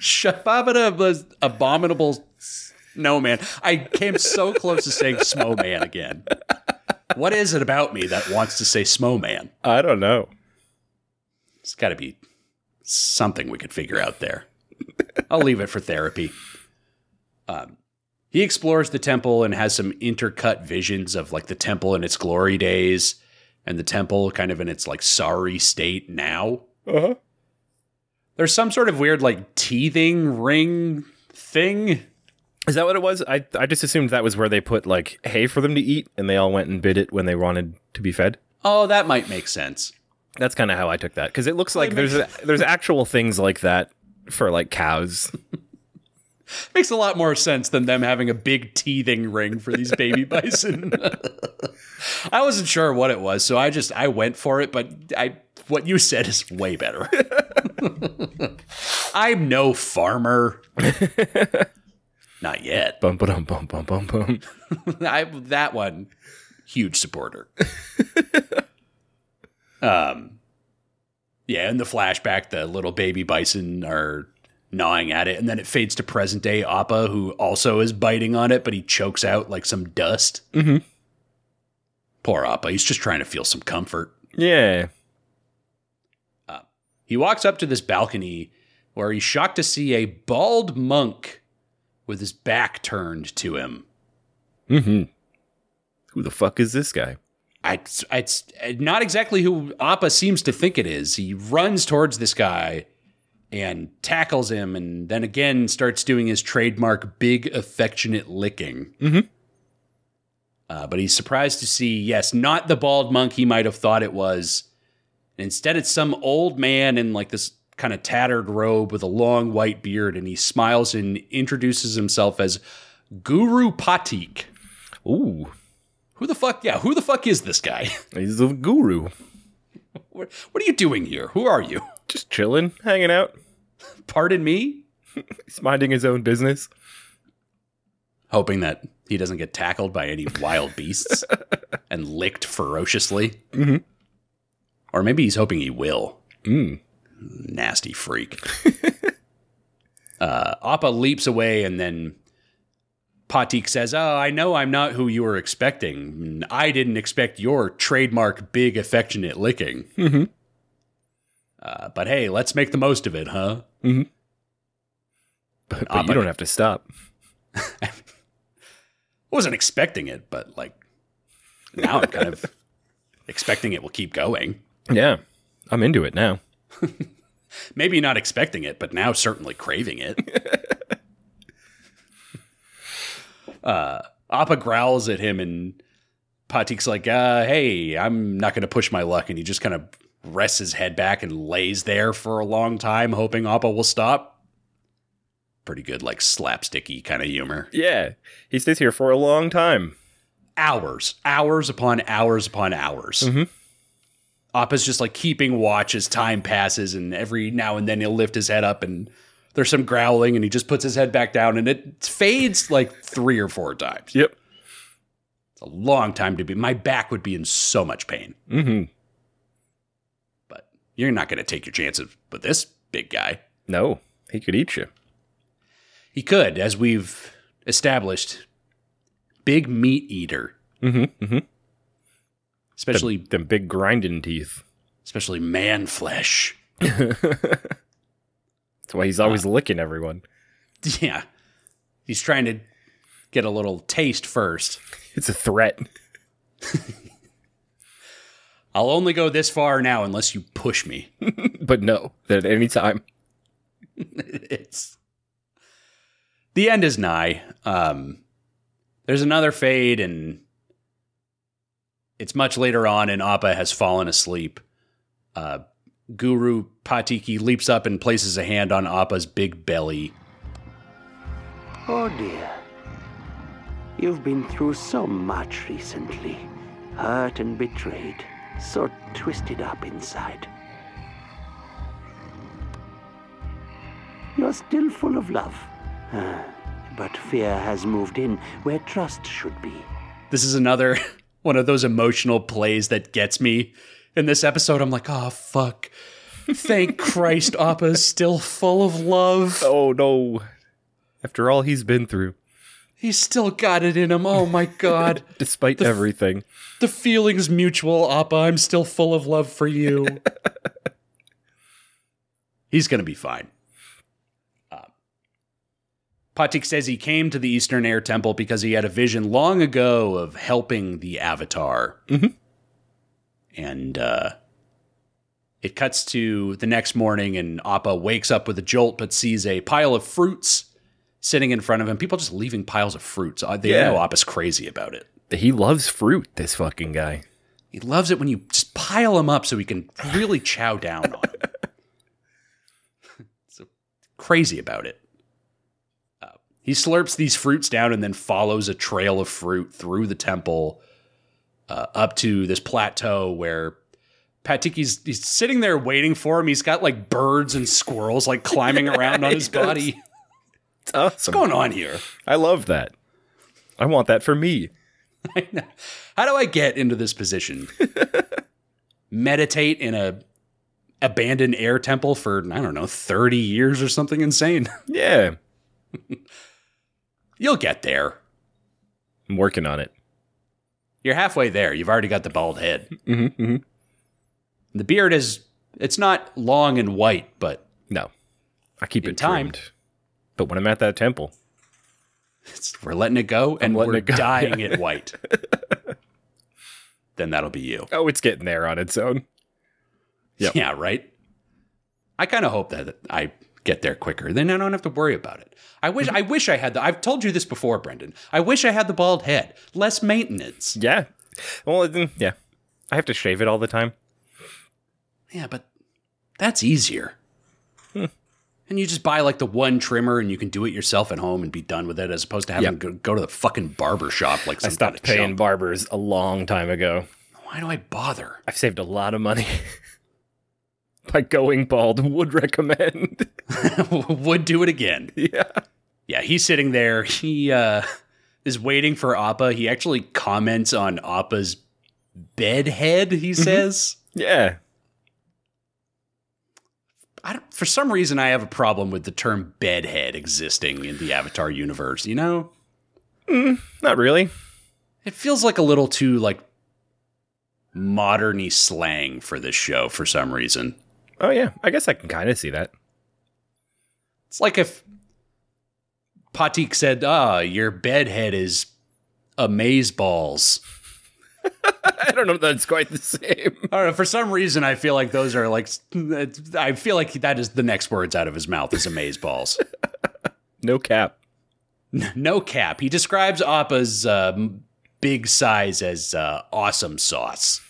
A: Shababada was abominable No man. I came so close to saying Snowman again. What is it about me that wants to say Snowman?
B: I don't know.
A: It's got to be something we could figure out there. I'll leave it for therapy. Um, he explores the temple and has some intercut visions of like the temple in its glory days and the temple kind of in its like sorry state now.
B: Uh huh.
A: There's some sort of weird like teething ring thing.
B: Is that what it was? I I just assumed that was where they put like hay for them to eat, and they all went and bid it when they wanted to be fed.
A: Oh, that might make sense.
B: That's kind of how I took that because it looks like there's there's actual things like that for like cows.
A: Makes a lot more sense than them having a big teething ring for these baby bison. I wasn't sure what it was, so I just I went for it, but I what you said is way better. I'm no farmer. Not yet.
B: Bum bum bum bum bum bum.
A: I that one huge supporter. um yeah, in the flashback the little baby bison are gnawing at it and then it fades to present day Appa who also is biting on it but he chokes out like some dust. Mhm. Poor Appa, he's just trying to feel some comfort.
B: Yeah.
A: He walks up to this balcony where he's shocked to see a bald monk with his back turned to him.
B: Mm-hmm. Who the fuck is this guy?
A: I, it's not exactly who Appa seems to think it is. He runs towards this guy and tackles him, and then again starts doing his trademark big affectionate licking.
B: Mhm.
A: Uh, but he's surprised to see, yes, not the bald monk he might have thought it was. Instead, it's some old man in like this kind of tattered robe with a long white beard, and he smiles and introduces himself as Guru Patik.
B: Ooh,
A: Who the fuck? Yeah, who the fuck is this guy?
B: he's a guru.
A: What, what are you doing here? Who are you?
B: Just chilling, hanging out.
A: Pardon me?
B: He's minding his own business.
A: Hoping that he doesn't get tackled by any wild beasts and licked ferociously. Mm-hmm. Or maybe he's hoping he will.
B: Mm.
A: Nasty freak. uh, Appa leaps away and then Patik says, Oh, I know I'm not who you were expecting. I didn't expect your trademark big affectionate licking.
B: Mhm.
A: Uh, but hey, let's make the most of it, huh?
B: But, but
A: Ah,
B: you
A: but-
B: don't have to stop.
A: wasn't expecting it, but like now I'm kind of expecting it will keep going.
B: Yeah, I'm into it now.
A: Maybe not expecting it, but now certainly craving it. uh, Appa growls at him, and Patik's like, uh, "Hey, I'm not going to push my luck," and he just kind of rests his head back and lays there for a long time, hoping Appa will stop. Pretty good, like slapsticky kind of humor.
B: Yeah, he stays here for a long time.
A: hours, hours upon hours upon hours.
B: Mhm.
A: Appa's just like keeping watch as time passes, and every now and then he'll lift his head up, and there's some growling, and he just puts his head back down, and it fades like three or four times.
B: Yep.
A: It's a long time to be. My back would be in so much pain,
B: Mm-hmm.
A: but you're not going to take your chances with this big guy.
B: No, he could eat you.
A: He could, as we've established, big meat eater,
B: Mm-hmm. Mm-hmm.
A: especially
B: Them big grinding teeth.
A: especially man flesh.
B: That's why he's always licking everyone.
A: Yeah. He's trying to get a little taste first.
B: It's a threat.
A: I'll only go this far now unless you push me.
B: But no, that at any time.
A: it's the end is nigh. Um, there's another fade, and it's much later on, and Appa has fallen asleep. Uh, Guru Patiki leaps up and places a hand on Appa's big belly.
E: Oh dear. You've been through so much recently. Hurt and betrayed. So twisted up inside. You're still full of love. Ah, but fear has moved in where trust should be.
A: This is another one of those emotional plays that gets me. In this episode, I'm like, oh, fuck. Thank Christ, Appa's still full of love.
B: Oh no. after all he's been through,
A: He's still got it in him. Oh my god.
B: despite everything.
A: the feeling's mutual, Appa. I'm still full of love for you. He's going to be fine. Uh, Patik says he came to the Eastern Air Temple because he had a vision long ago of helping the Avatar. And uh, it cuts to the next morning, and Appa wakes up with a jolt but sees a pile of fruits sitting in front of him. People just leaving piles of fruits. Uh, They
B: Yeah.
A: know Appa's crazy about it.
B: He loves fruit, this fucking guy.
A: He loves it when you just pile them up so he can really chow down on them. so crazy about it. Uh, he slurps these fruits down and then follows a trail of fruit through the temple uh, up to this plateau where Patiki's he's sitting there waiting for him. He's got like birds and squirrels like climbing around on
B: he
A: his
B: does.
A: body. What's
B: It's awesome.
A: going on here?
B: I love that. I want that for me.
A: I know. How do I get into this position? Meditate in a abandoned air temple for I don't know 30 years or something insane.
B: Yeah.
A: You'll get there.
B: I'm working on it.
A: You're halfway there. You've already got the bald head.
B: Mm-hmm, mm-hmm.
A: The beard is it's not long and white, but
B: No. I keep
A: In
B: it
A: time.
B: timed. But when I'm at that temple,
A: it's, we're letting it go and
B: letting
A: we're
B: it go,
A: dyeing it white. then that'll be you.
B: oh, it's getting there on its own. Yep.
A: Yeah, right. I kind of hope that I get there quicker. Then I don't have to worry about it. I
B: Mm-hmm.
A: wish I wish I had the I've told you this before, Brendan. I wish I had the bald head. Less maintenance.
B: Yeah. Well, then, yeah. I have to shave it all the time.
A: Yeah, but that's easier.
B: Hmm.
A: And you just buy like the one trimmer and you can do it yourself at home and be done with it as opposed to having
B: Yep.
A: to go, go to the fucking barber shop like
B: I
A: some
B: stopped
A: kind of
B: paying
A: chump.
B: barbers a long time ago.
A: Why do I bother?
B: I've saved a lot of money by going bald. Would recommend.
A: Would do it again.
B: yeah.
A: Yeah, he's sitting there. He uh, is waiting for Appa. He actually comments on Appa's bed head. He says,
B: Yeah.
A: I don't, "For some reason, I have a problem with the term bed head existing in the Avatar universe. You know,
B: Not really.
A: it feels like a little too like moderny slang for this show. For some reason,
B: Oh yeah. I guess I can kind of see that.
A: it's like if Patik said, "Ah, your bed head is amaze balls."
B: I don't know if that's quite the same.
A: I don't know. For some reason, I feel like those are like. I feel like that is the next words out of his mouth is amaze balls.
B: No cap.
A: no cap. He describes Appa's uh, m- big size as uh, awesome sauce.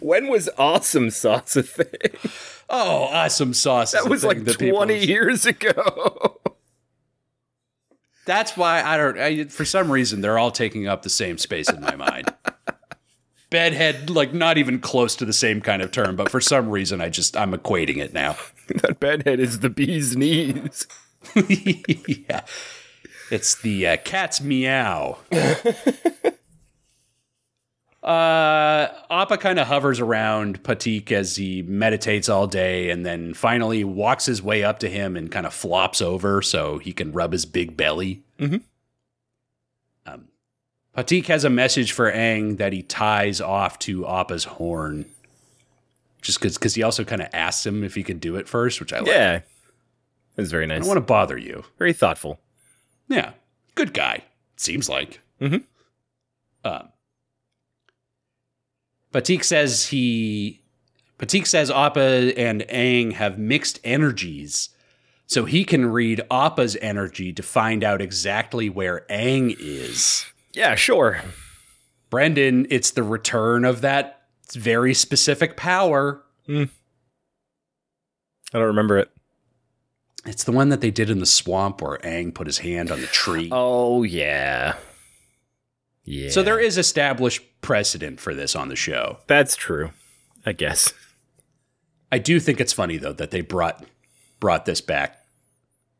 B: When was awesome sauce a thing?
A: Oh, awesome sauce! is
B: That
A: the
B: was
A: thing
B: like
A: that people-
B: 20 years ago.
A: That's why I don't. I, for some reason, they're all taking up the same space in my mind. Bedhead, like not even close to the same kind of term, but for some reason, I just I'm equating it now.
B: that bedhead is the bee's knees.
A: yeah. It's the uh, cat's meow. uh, Appa kind of hovers around Patik as he meditates all day and then finally walks his way up to him and kind of flops over so he can rub his big belly.
B: Mhm.
A: Um, Patik has a message for Aang that he ties off to Appa's horn. Just because he also kind of asks him if he can do it first, which I like.
B: Yeah. It was very
A: I
B: nice.
A: don't want to bother you.
B: Very thoughtful.
A: Yeah, good guy. Seems like.
B: Mhm.
A: Um, Patik says he. Patik says Appa and Aang have mixed energies, so he can read Appa's energy to find out exactly where Aang is.
B: Yeah, sure.
A: Brendan, it's the return of that very specific power.
B: I don't remember it.
A: It's the one that they did in the swamp where Aang put his hand on the tree.
B: Oh yeah. Yeah.
A: So there is established precedent for this on the show.
B: That's true. I guess.
A: I do think it's funny though that they brought brought this back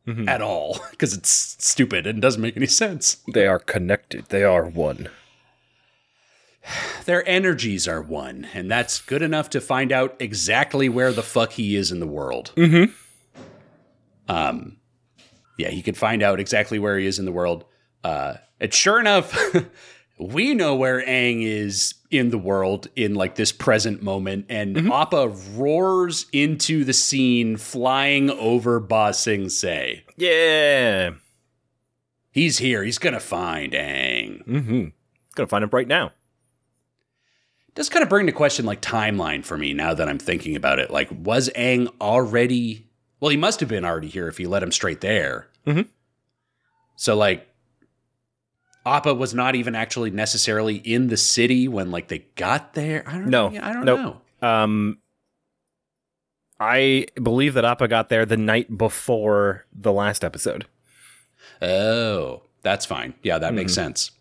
B: Mm-hmm.
A: at all because it's stupid and doesn't make any sense.
B: They are connected. They are one.
A: Their energies are one, and that's good enough to find out exactly where the fuck he is in the world. Mm-hmm. Um, yeah, he could find out exactly where he is in the world. Uh, and sure enough, we know where Aang is in the world in like this present moment, and
B: Mm-hmm.
A: Appa roars into the scene, flying over Ba Sing Se.
B: Yeah.
A: He's here. He's gonna find Aang.
B: Mm-hmm. Gonna find him right now.
A: does kind of bring to question like timeline for me now that I'm thinking about it. Like, was Aang already? Well, he must have been already here if he led him straight there.
B: Mhm.
A: So like, Appa was not even actually necessarily in the city when like they got there. I don't
B: No.
A: know. I don't
B: Nope.
A: know.
B: Um, I believe that Appa got there the night before the last episode.
A: Oh, that's fine. Yeah, that makes sense.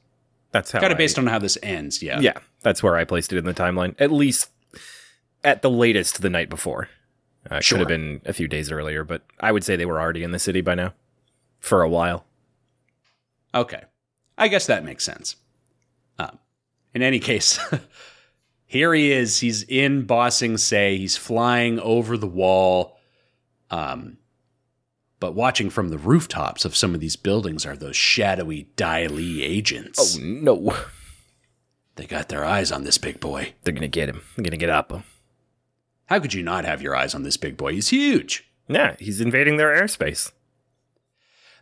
B: That's how.
A: Kind
B: I-
A: of based on how this ends. Yeah.
B: Yeah, that's where I placed it in the timeline. At least, at the latest, the night before. Uh, it
A: Sure.
B: Should have been a few days earlier, but I would say they were already in the city by now, for a while.
A: Okay. I guess that makes sense. Um, in any case, here he is. He's in Bossing Say. He's flying over the wall. Um, but watching from the rooftops of some of these buildings are those shadowy Dai Li agents.
B: Oh, no!
A: They got their eyes on this big boy.
B: They're gonna get him. They're gonna get Appa.
A: How could you not have your eyes on this big boy? He's huge.
B: Yeah, he's invading their airspace.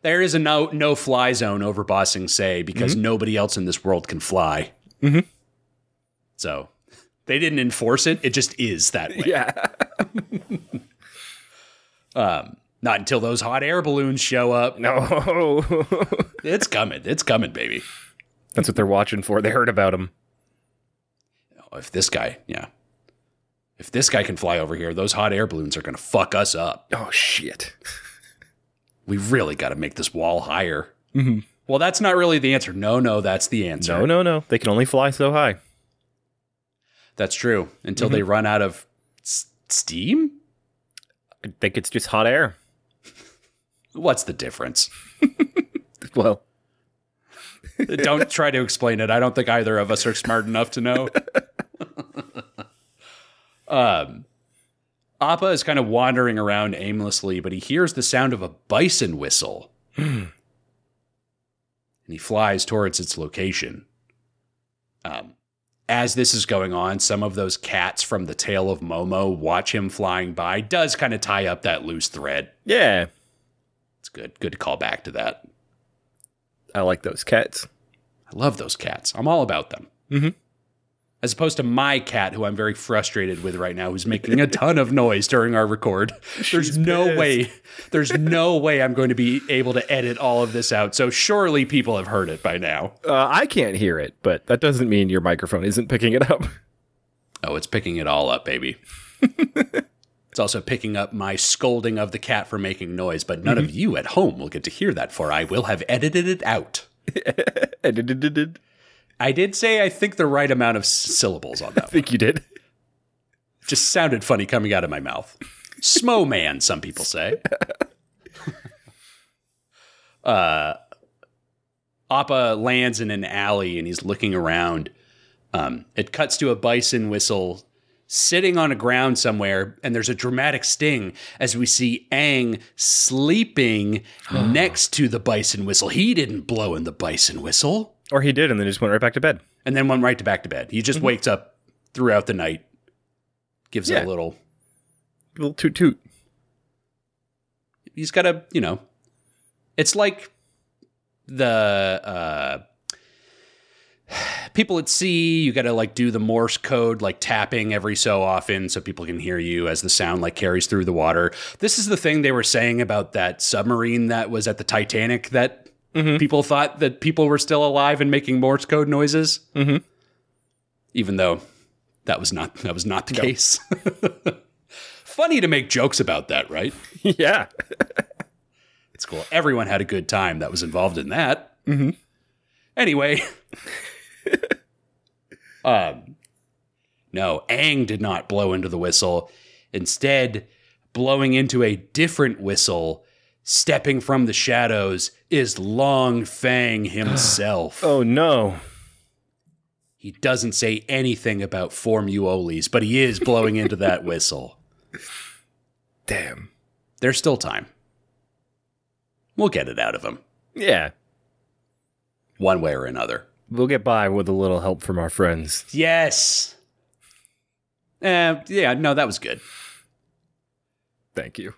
A: There is a no no fly zone over Bossing Say because
B: Mm-hmm.
A: nobody else in this world can fly. Mm-hmm. So they didn't enforce it. It just is that way.
B: Yeah.
A: Um, not until those hot air balloons show up.
B: No.
A: It's coming. It's coming, baby.
B: that's what they're watching for. They heard about him.
A: Oh, if this guy, yeah. If this guy can fly over here, those hot air balloons are going to fuck us up.
B: Oh shit.
A: We really got to make this wall higher. Well, that's not really the answer. No, no, that's the answer.
B: Mm-hmm. No, no, no. They can only fly so high.
A: That's true. Until they
B: Mm-hmm.
A: run out of s- steam?
B: I think it's just hot air.
A: What's the difference?
B: Well,
A: don't try to explain it. I don't think either of us are smart enough to know. um, Appa is kind of wandering around aimlessly, but he hears the sound of a bison whistle. and he flies towards its location. Um, as this is going on, some of those cats from the tail of Momo watch him flying by. Does kind of tie up that loose thread.
B: yeah.
A: It's good. Good to call back to that.
B: I like those cats.
A: I love those cats. I'm all about them.
B: Mhm.
A: As opposed to my cat, who I'm very frustrated with right now, who's making a ton of noise during our record. There's no
B: pissed.
A: way, there's no way I'm going to be able to edit all of this out. So surely people have heard it by now.
B: Uh, I can't hear it, but that doesn't mean your microphone isn't picking it up.
A: Oh, it's picking it all up, baby. it's also picking up my scolding of the cat for making noise, but none of you at home will get to hear that, for I will have edited it out.
B: I did- did- did- did.
A: I did say I think the right amount of s- syllables on that.
B: I think you did.
A: just sounded funny coming out of my mouth. Smo man, some people say. uh, Appa lands in an alley and he's looking around. Um, it cuts to a bison whistle sitting on a ground somewhere, and there's a dramatic sting as we see Aang sleeping next to the bison whistle. He didn't blow in the bison whistle
B: Or he did, and then just went right back to bed.
A: and then went right to back to bed. He just wakes up throughout the night, gives it
B: Yeah.
A: a little
B: Little toot toot.
A: he's got to you know it's like the uh people at sea you got to like do the morse code like tapping every so often so people can hear you as the sound like carries through the water this is the thing they were saying about that submarine that was at the titanic that people thought that people were still alive and making morse code noises mm-hmm. even though that was not that was not the case funny to make jokes about that right
B: yeah.
A: it's cool. Everyone had a good time that was involved in that. Mm-hmm. Anyway, um, no, Aang did not blow into the whistle. Instead, blowing into a different whistle, stepping from the shadows, is Long Fang himself.
B: Oh no.
A: He doesn't say anything about form uolis, but he is blowing into that whistle.
B: Damn.
A: There's still time. We'll get it out of him,
B: Yeah.
A: one way or another.
B: We'll get by with a little help from our friends.
A: Yes. Uh, yeah, no, that was good.
B: Thank you.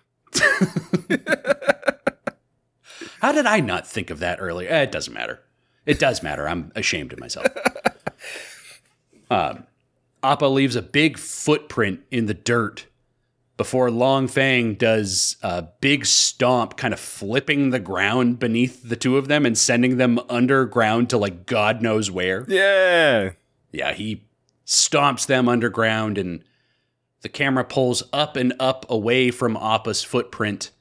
A: How did I not think of that earlier? Eh, it doesn't matter. It does matter. I'm ashamed of myself. um, Appa leaves a big footprint in the dirt before Long Fang does a big stomp, kind of flipping the ground beneath the two of them and sending them underground to like God knows where.
B: Yeah.
A: yeah, he stomps them underground, and the camera pulls up and up away from Appa's footprint,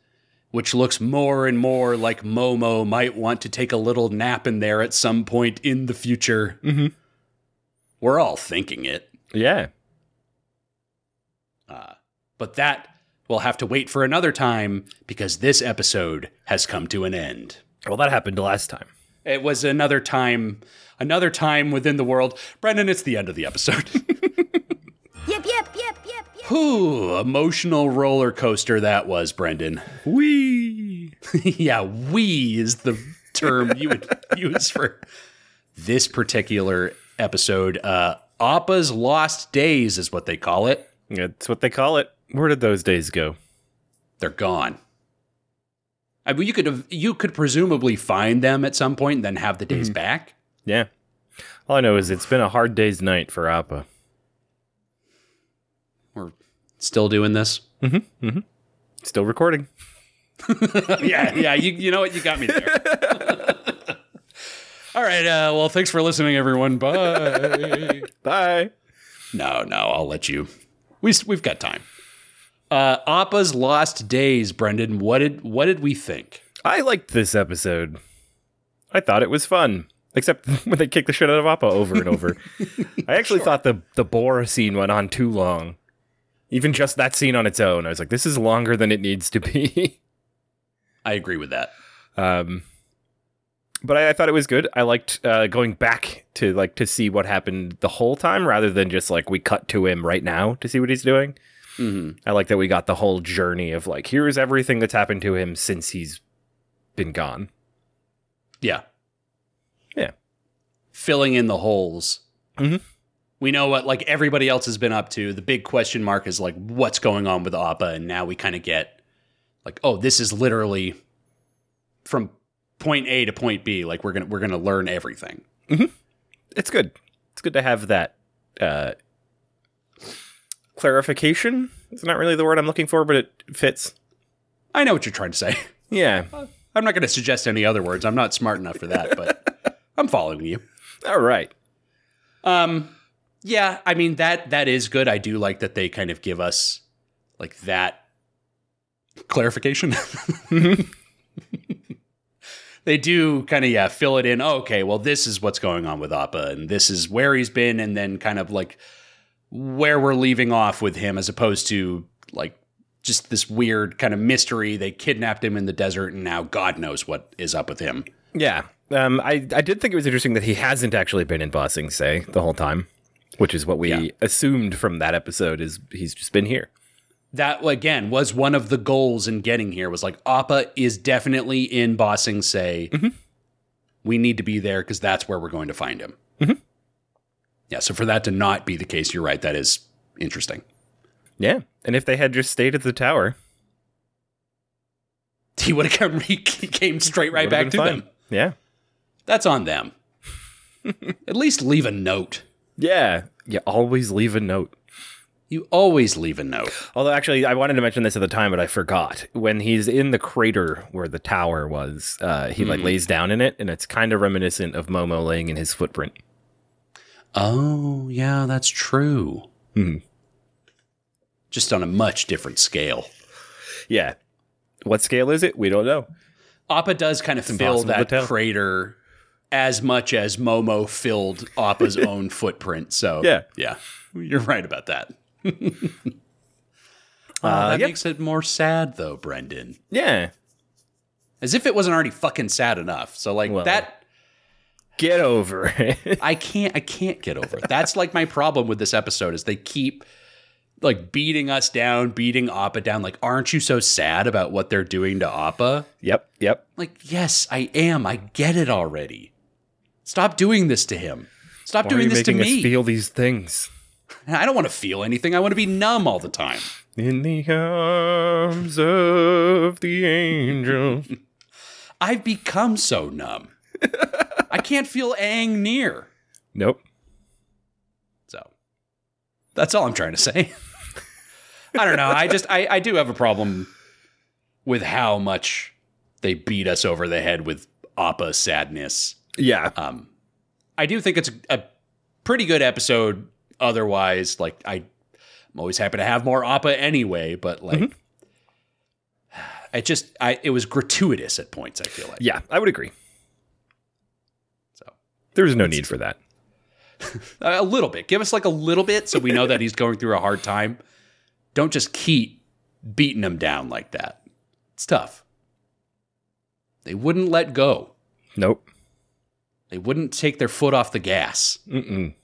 A: which looks more and more like Momo might want to take a little nap in there at some point in the future. Mm-hmm. We're all thinking it,
B: Yeah.
A: but that will have to wait for another time because this episode has come to an end.
B: Well, that happened last time.
A: It was another time, another time within the world. Brendan, it's the end of the episode.
C: Yep, yep, yep, yep, yep.
A: Whew, emotional roller coaster that was, Brendan.
B: Wee.
A: yeah, we is the term you would use for this particular episode. Uh, Appa's Lost Days is what they call it.
B: That's what they call it. Where did those days go?
A: They're gone. I mean, you could have, you could presumably find them at some point and then have the days back.
B: Yeah. All I know is it's been a hard day's night for Appa.
A: We're still doing this.
B: Still recording.
A: yeah, yeah. You, you know what? You got me there. All right. Uh, well, thanks for listening, everyone. Bye.
B: Bye.
A: No, no, I'll let you. We we've got time. Uh, Appa's lost days, Brendan. What did what did we think?
B: I liked this episode. I thought it was fun. Except when they kicked the shit out of Appa over and over. I actually thought the, the Bora scene went on too long. Even just that scene on its own. I was like, this is longer than it needs to be.
A: I agree with that.
B: Um, but I, I thought it was good. I liked uh, going back to like to see what happened the whole time, rather than just like we cut to him right now to see what he's doing. I like that we got the whole journey of like here's everything that's happened to him since he's been gone.
A: Yeah,
B: Yeah,
A: filling in the holes. We know what like everybody else has been up to. The big question mark is like what's going on with Appa, and now we kind of get like, oh, this is literally from point A to point B. Like we're gonna we're gonna learn everything.
B: it's good. It's good to have that uh, clarification. It's not really the word I'm looking for, but it fits.
A: I know what you're trying to say.
B: Yeah.
A: I'm not going to suggest any other words. I'm not smart enough for that, but I'm following you.
B: All right.
A: Um, yeah, I mean that that is good. I do like that they kind of give us like that clarification. they do kind of yeah fill it in. "Oh, okay, well this is what's going on with Appa, and this is where he's been, and then kind of like where we're leaving off with him, as opposed to like just this weird kind of mystery. They kidnapped him in the desert, and now God knows what is up with him.
B: Yeah. Um, I, I did think it was interesting that he hasn't actually been in Bossing Say the whole time, which is what we
A: Yeah.
B: assumed from that episode is he's just been here.
A: that again was one of the goals in getting here was like appa is definitely in bossing say we need to be there because that's where we're going to find him yeah so for that to not be the case you're right that is interesting
B: Yeah. And if they had just stayed at the tower,
A: he would have come he came straight right
B: would've
A: back
B: been
A: to
B: fine.
A: them
B: Yeah.
A: that's on them at least leave a note
B: Yeah. You always leave a note.
A: you always leave a note
B: Although, actually, I wanted to mention this at the time, but I forgot. When he's in the crater where the tower was, uh, he
A: Hmm.
B: like lays down in it, and it's kind of reminiscent of Momo laying in his footprint.
A: oh yeah that's true Hmm. just on a much different scale
B: Yeah. What scale is it? We don't know.
A: Appa does kind of fill
B: impossible to
A: that
B: tell.
A: crater as much as Momo filled Appa's own footprint. So
B: Yeah.
A: yeah, you're right about that. Oh,
B: Uh,
A: that
B: yep.
A: makes it more sad though, Brendan.
B: Yeah.
A: As if it wasn't already fucking sad enough. So like
B: Well.
A: that,
B: Get over it.
A: I can't, I can't get over it. That's like my problem with this episode is they keep like beating us down, beating Appa down. Like, aren't you so sad about what they're doing to Appa?
B: Yep, yep.
A: Like, yes, I am. I get it already. Stop doing this to him. Stop
B: Why are
A: doing
B: you
A: this to
B: making
A: me.
B: us feel these things?
A: I don't want to feel anything. I want to be numb all the time.
B: In the arms of the angel.
A: I've become so numb. I can't feel ang near.
B: nope.
A: So that's all I'm trying to say. I don't know. I just I, I do have a problem with how much they beat us over the head with Appa sadness.
B: Yeah.
A: Um, I do think it's a pretty good episode. Otherwise, like I, I'm always happy to have more Appa anyway. But like, it just I it was gratuitous at points. I feel like
B: yeah, I would agree.
A: so
B: There was no need for that.
A: a, a little bit. Give us like a little bit so we know that he's going through a hard time. Don't just keep beating him down like that. It's tough. They wouldn't let go.
B: Nope.
A: They wouldn't take their foot off the gas.
B: Mm-mm.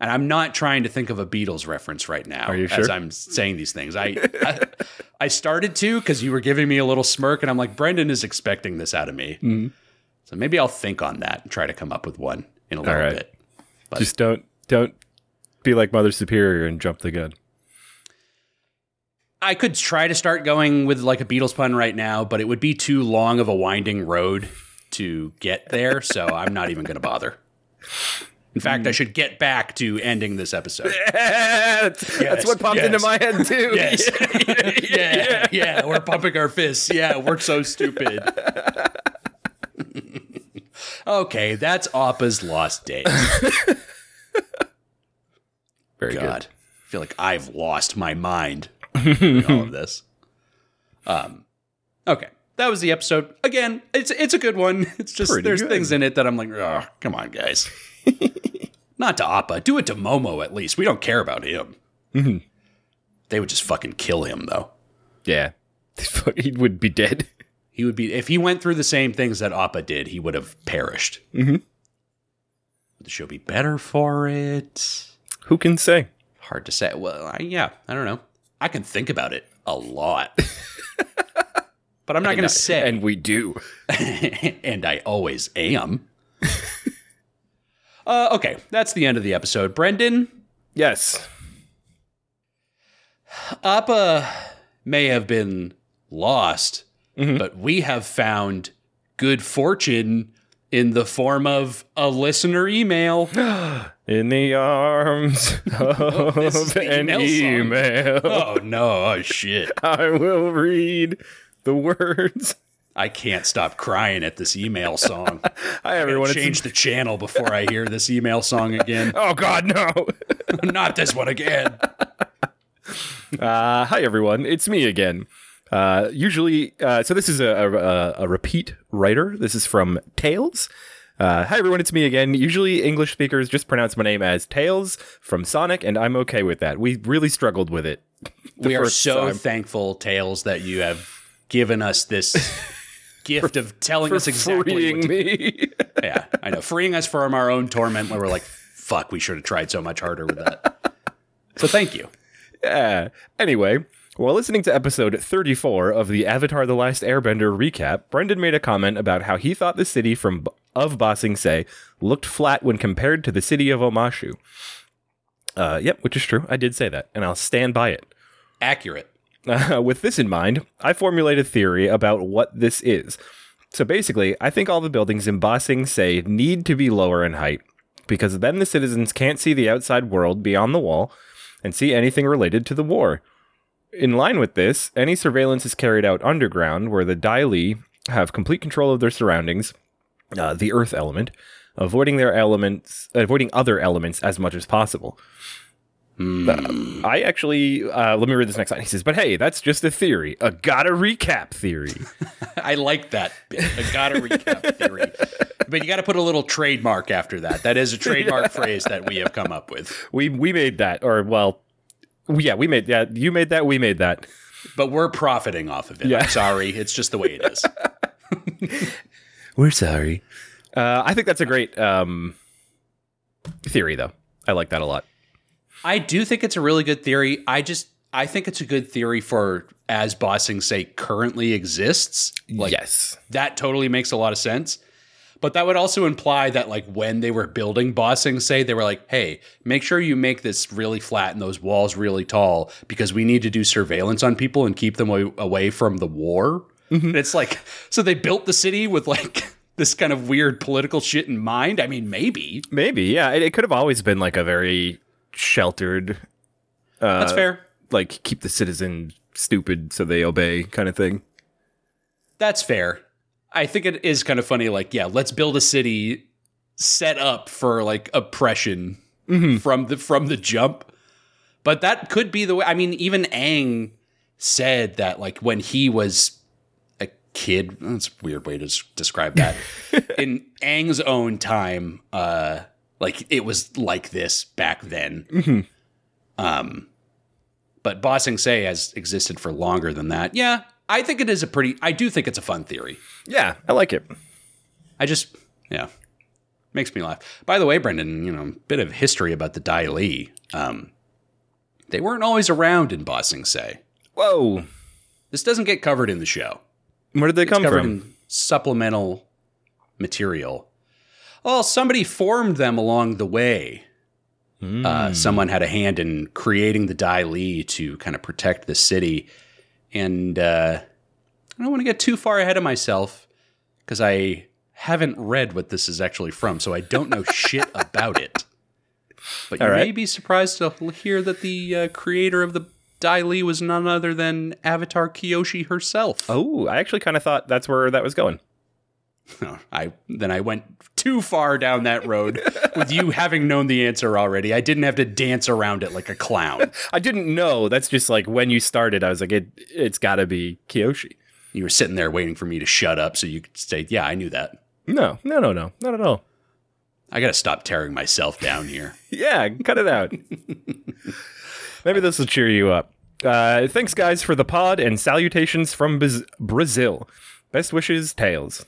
A: And I'm not trying to think of a Beatles reference right now
B: Are you
A: as
B: sure?
A: I'm saying these things. I I, I started to because you were giving me a little smirk, and I'm like, Brendan is expecting this out of me.
B: Mm-hmm.
A: So maybe I'll think on that and try to come up with one in a little
B: right.
A: bit.
B: Just don't don't be like Mother Superior and jump the gun.
A: I could try to start going with like a Beatles pun right now, but it would be too long of a winding road to get there. So I'm not even going to bother. In
B: Mm.
A: fact, I should get back to ending this episode.
B: that's, what popped into my head too.
A: Yes. yeah, yeah, we're pumping our fists. Yeah, we're so stupid. okay, that's Appa's lost day.
B: Very
A: God, I feel like I've lost my mind in all of this. Um, okay, that was the episode. Again, it's it's a good one. It's just
B: Pretty
A: there's
B: good.
A: things in it that I'm like, oh, come on, guys. Not to Appa. Do it to Momo at least. We don't care about him.
B: Mm-hmm.
A: They would just fucking kill him though.
B: good. Yeah. he would be dead.
A: He would be if he went through the same things that Appa did, he would have perished. Mm-hmm. Would the show be better for it?
B: Who can say?
A: Hard to say. Well, I, yeah, I don't know. I can think about it a lot, but I'm not going to say.
B: And we do.
A: and I always am. uh, okay, that's the end of the episode. Brendan,
B: Yes.
A: Appa may have been lost,
B: Mm-hmm.
A: but we have found good fortune in the form of a listener email.
B: In the arms of
A: this is the
B: an
A: email song.
B: email,
A: oh no, oh shit.
B: I will read the words.
A: I can't stop crying at this email song.
B: Hi everyone.
A: Everyone
B: It's-
A: change the channel before I hear this email song again.
B: oh God, no.
A: Not this one again.
B: Uh, hi everyone. It's me again. Uh, usually, uh, so this is a, a- a, a repeat writer. This is from Tails. Uh, hi everyone, it's me again. Usually, English speakers just pronounce my name as Tails from Sonic, and I'm okay with that. We really struggled with it.
A: we are
B: first
A: so
B: time.
A: thankful, Tails, that you have given us this gift of telling us exactly what
B: freeing
A: to
B: me.
A: yeah, I know. Freeing us from our own torment where we're like, fuck, we should have tried so much harder with that. So thank you.
B: Yeah. Anyway, while listening to episode 34 of the Avatar The Last Airbender recap, Brendan made a comment about how he thought the city from of Ba Sing Se looked flat when compared to the city of Omashu. Uh, yep, which is true. I did say that, and I'll stand by it.
A: Accurate.
B: Uh, with this in mind, I formulate a theory about what this is. So basically, I think all the buildings in Ba Sing Se need to be lower in height because then the citizens can't see the outside world beyond the wall and see anything related to the war. In line with this, any surveillance is carried out underground where the Dai Li have complete control of their surroundings, uh, the earth element, avoiding their elements, avoiding other elements as much as possible. I actually uh, let me read this next line. He says, "But hey, that's just a theory, a gotta recap theory."
A: I like that. bit. I gotta recap theory. But you gotta put a little trademark after that. That is a trademark phrase that we have come up with.
B: we we made that, or well, yeah, we made that. You made that. We made that.
A: But we're profiting off of it.
B: Yeah.
A: I'm sorry. It's just the way it is.
B: We're sorry. Uh, I think that's a great um, theory, though. I like that a lot.
A: I do think it's a really good theory. I just I think it's a good theory for as bossing say currently exists. Like
B: yes.
A: that totally makes a lot of sense. But that would also imply that like when they were building bossing say they were like, "Hey, make sure you make this really flat and those walls really tall because we need to do surveillance on people and keep them away, away from the war." And it's like so they built the city with like this kind of weird political shit in mind. I mean, maybe.
B: Maybe, yeah. It, it could have always been like a very sheltered,
A: That's fair.
B: like keep the citizen stupid so they obey kind of thing.
A: That's fair. I think it is kind of funny. Like, yeah, let's build a city set up for like oppression from the from the jump. But that could be the way. I mean, even Aang said that like when he was a kid. That's a weird way to s- describe that. In Aang's own time, uh, like it was like this back then. Um, but Bossing Say has existed for longer than that. Yeah, I think it is a pretty. I do think it's a fun theory.
B: Yeah, I like it.
A: I just, yeah, makes me laugh. By the way, Brendan, you know, bit of history about the Dai Li. Um, they weren't always around in Bossing Say.
B: Whoa.
A: This doesn't get covered in the show.
B: Where did they come
A: covered
B: from?
A: in supplemental material. Oh, somebody formed them along the way.
B: Hmm.
A: Uh, someone had a hand in creating the Dai Li to kind of protect the city. And uh, I don't want to get too far ahead of myself because I haven't read what this is actually from, so I don't know shit about it. But you
B: All
A: may
B: right.
A: be surprised to hear that the uh, creator of the Dai Li was none other than Avatar Kyoshi herself.
B: oh, I actually kind of thought that's where that was going.
A: No, I then I went too far down that road with you having known the answer already. I didn't have to dance around it like a clown.
B: I didn't know. That's just like when you started, I was like, it, it's got to be Kyoshi.
A: You were sitting there waiting for me to shut up so you could say, "Yeah, I knew that."
B: No, no, no, no, not at all.
A: I got to stop tearing myself down here.
B: Yeah, cut it out. Maybe this will cheer you up. Uh, thanks, guys, for the pod and salutations from Biz- Brazil. Best wishes, Tails.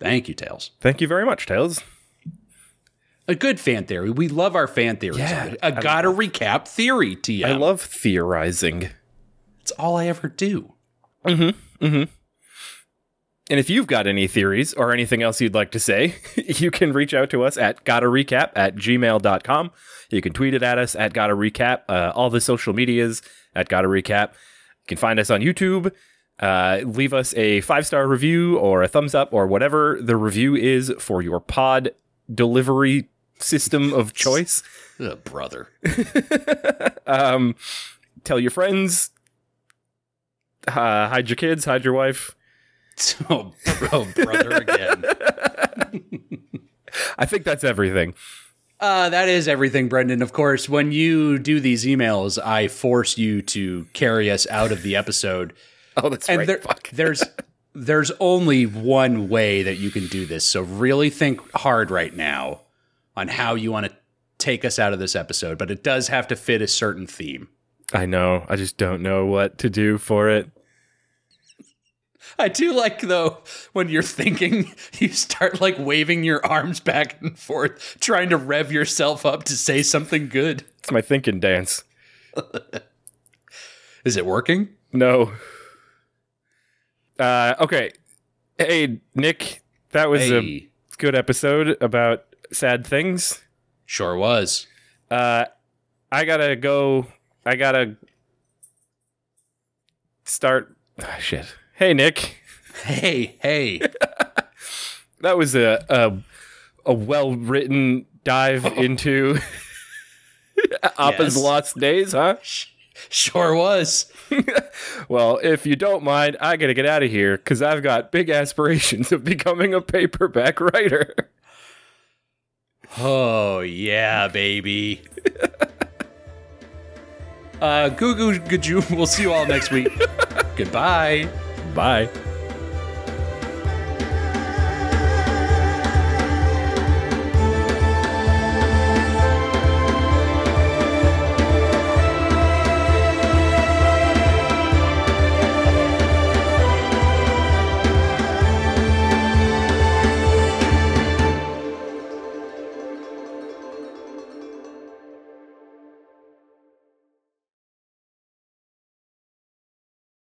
A: Thank you, Tails.
B: Thank you very much, Tails.
A: A good fan theory. We love our fan theories.
B: Yeah,
A: I got to recap theory to you.
B: I love theorizing.
A: it's all I ever do.
B: And if you've got any theories or anything else you'd like to say, you can reach out to us at gotta recap at gmail.com. You can tweet it at us at gotta recap, uh, all the social medias at gotta recap. You can find us on YouTube. Uh, leave us a five star review or a thumbs up or whatever the review is for your pod delivery system of choice.
A: Ugh, brother.
B: Um, tell your friends, uh, hide your kids, hide your wife.
A: oh, bro, brother again.
B: I think that's everything.
A: Uh, that is everything, Brendan. Of course, when you do these emails, I force you to carry us out of the episode.
B: Oh, that's
A: and there- there's there's only one way that you can do this. So really think hard right now on how you want to take us out of this episode, but it does have to fit a certain theme.
B: I know. I just don't know what to do for it.
A: I do like though when you're thinking, you start like waving your arms back and forth, trying to rev yourself up to say something good.
B: It's my thinking dance.
A: Is it working?
B: No. Uh, okay. Hey, Nick, that was a
A: Hey,
B: good episode about sad things.
A: sure was.
B: Uh, I gotta go. I gotta start. Ah, shit. Hey, Nick.
A: Hey, hey.
B: That was a a, a well written dive into Appa's
A: Yes.
B: lost days, huh?
A: Sure was.
B: Well, if you don't mind, I gotta get out of here because I've got big aspirations of becoming a paperback writer.
A: Oh, yeah, baby. uh, Goo Goo Gajoo, we'll see you all next week. Goodbye.
B: Bye.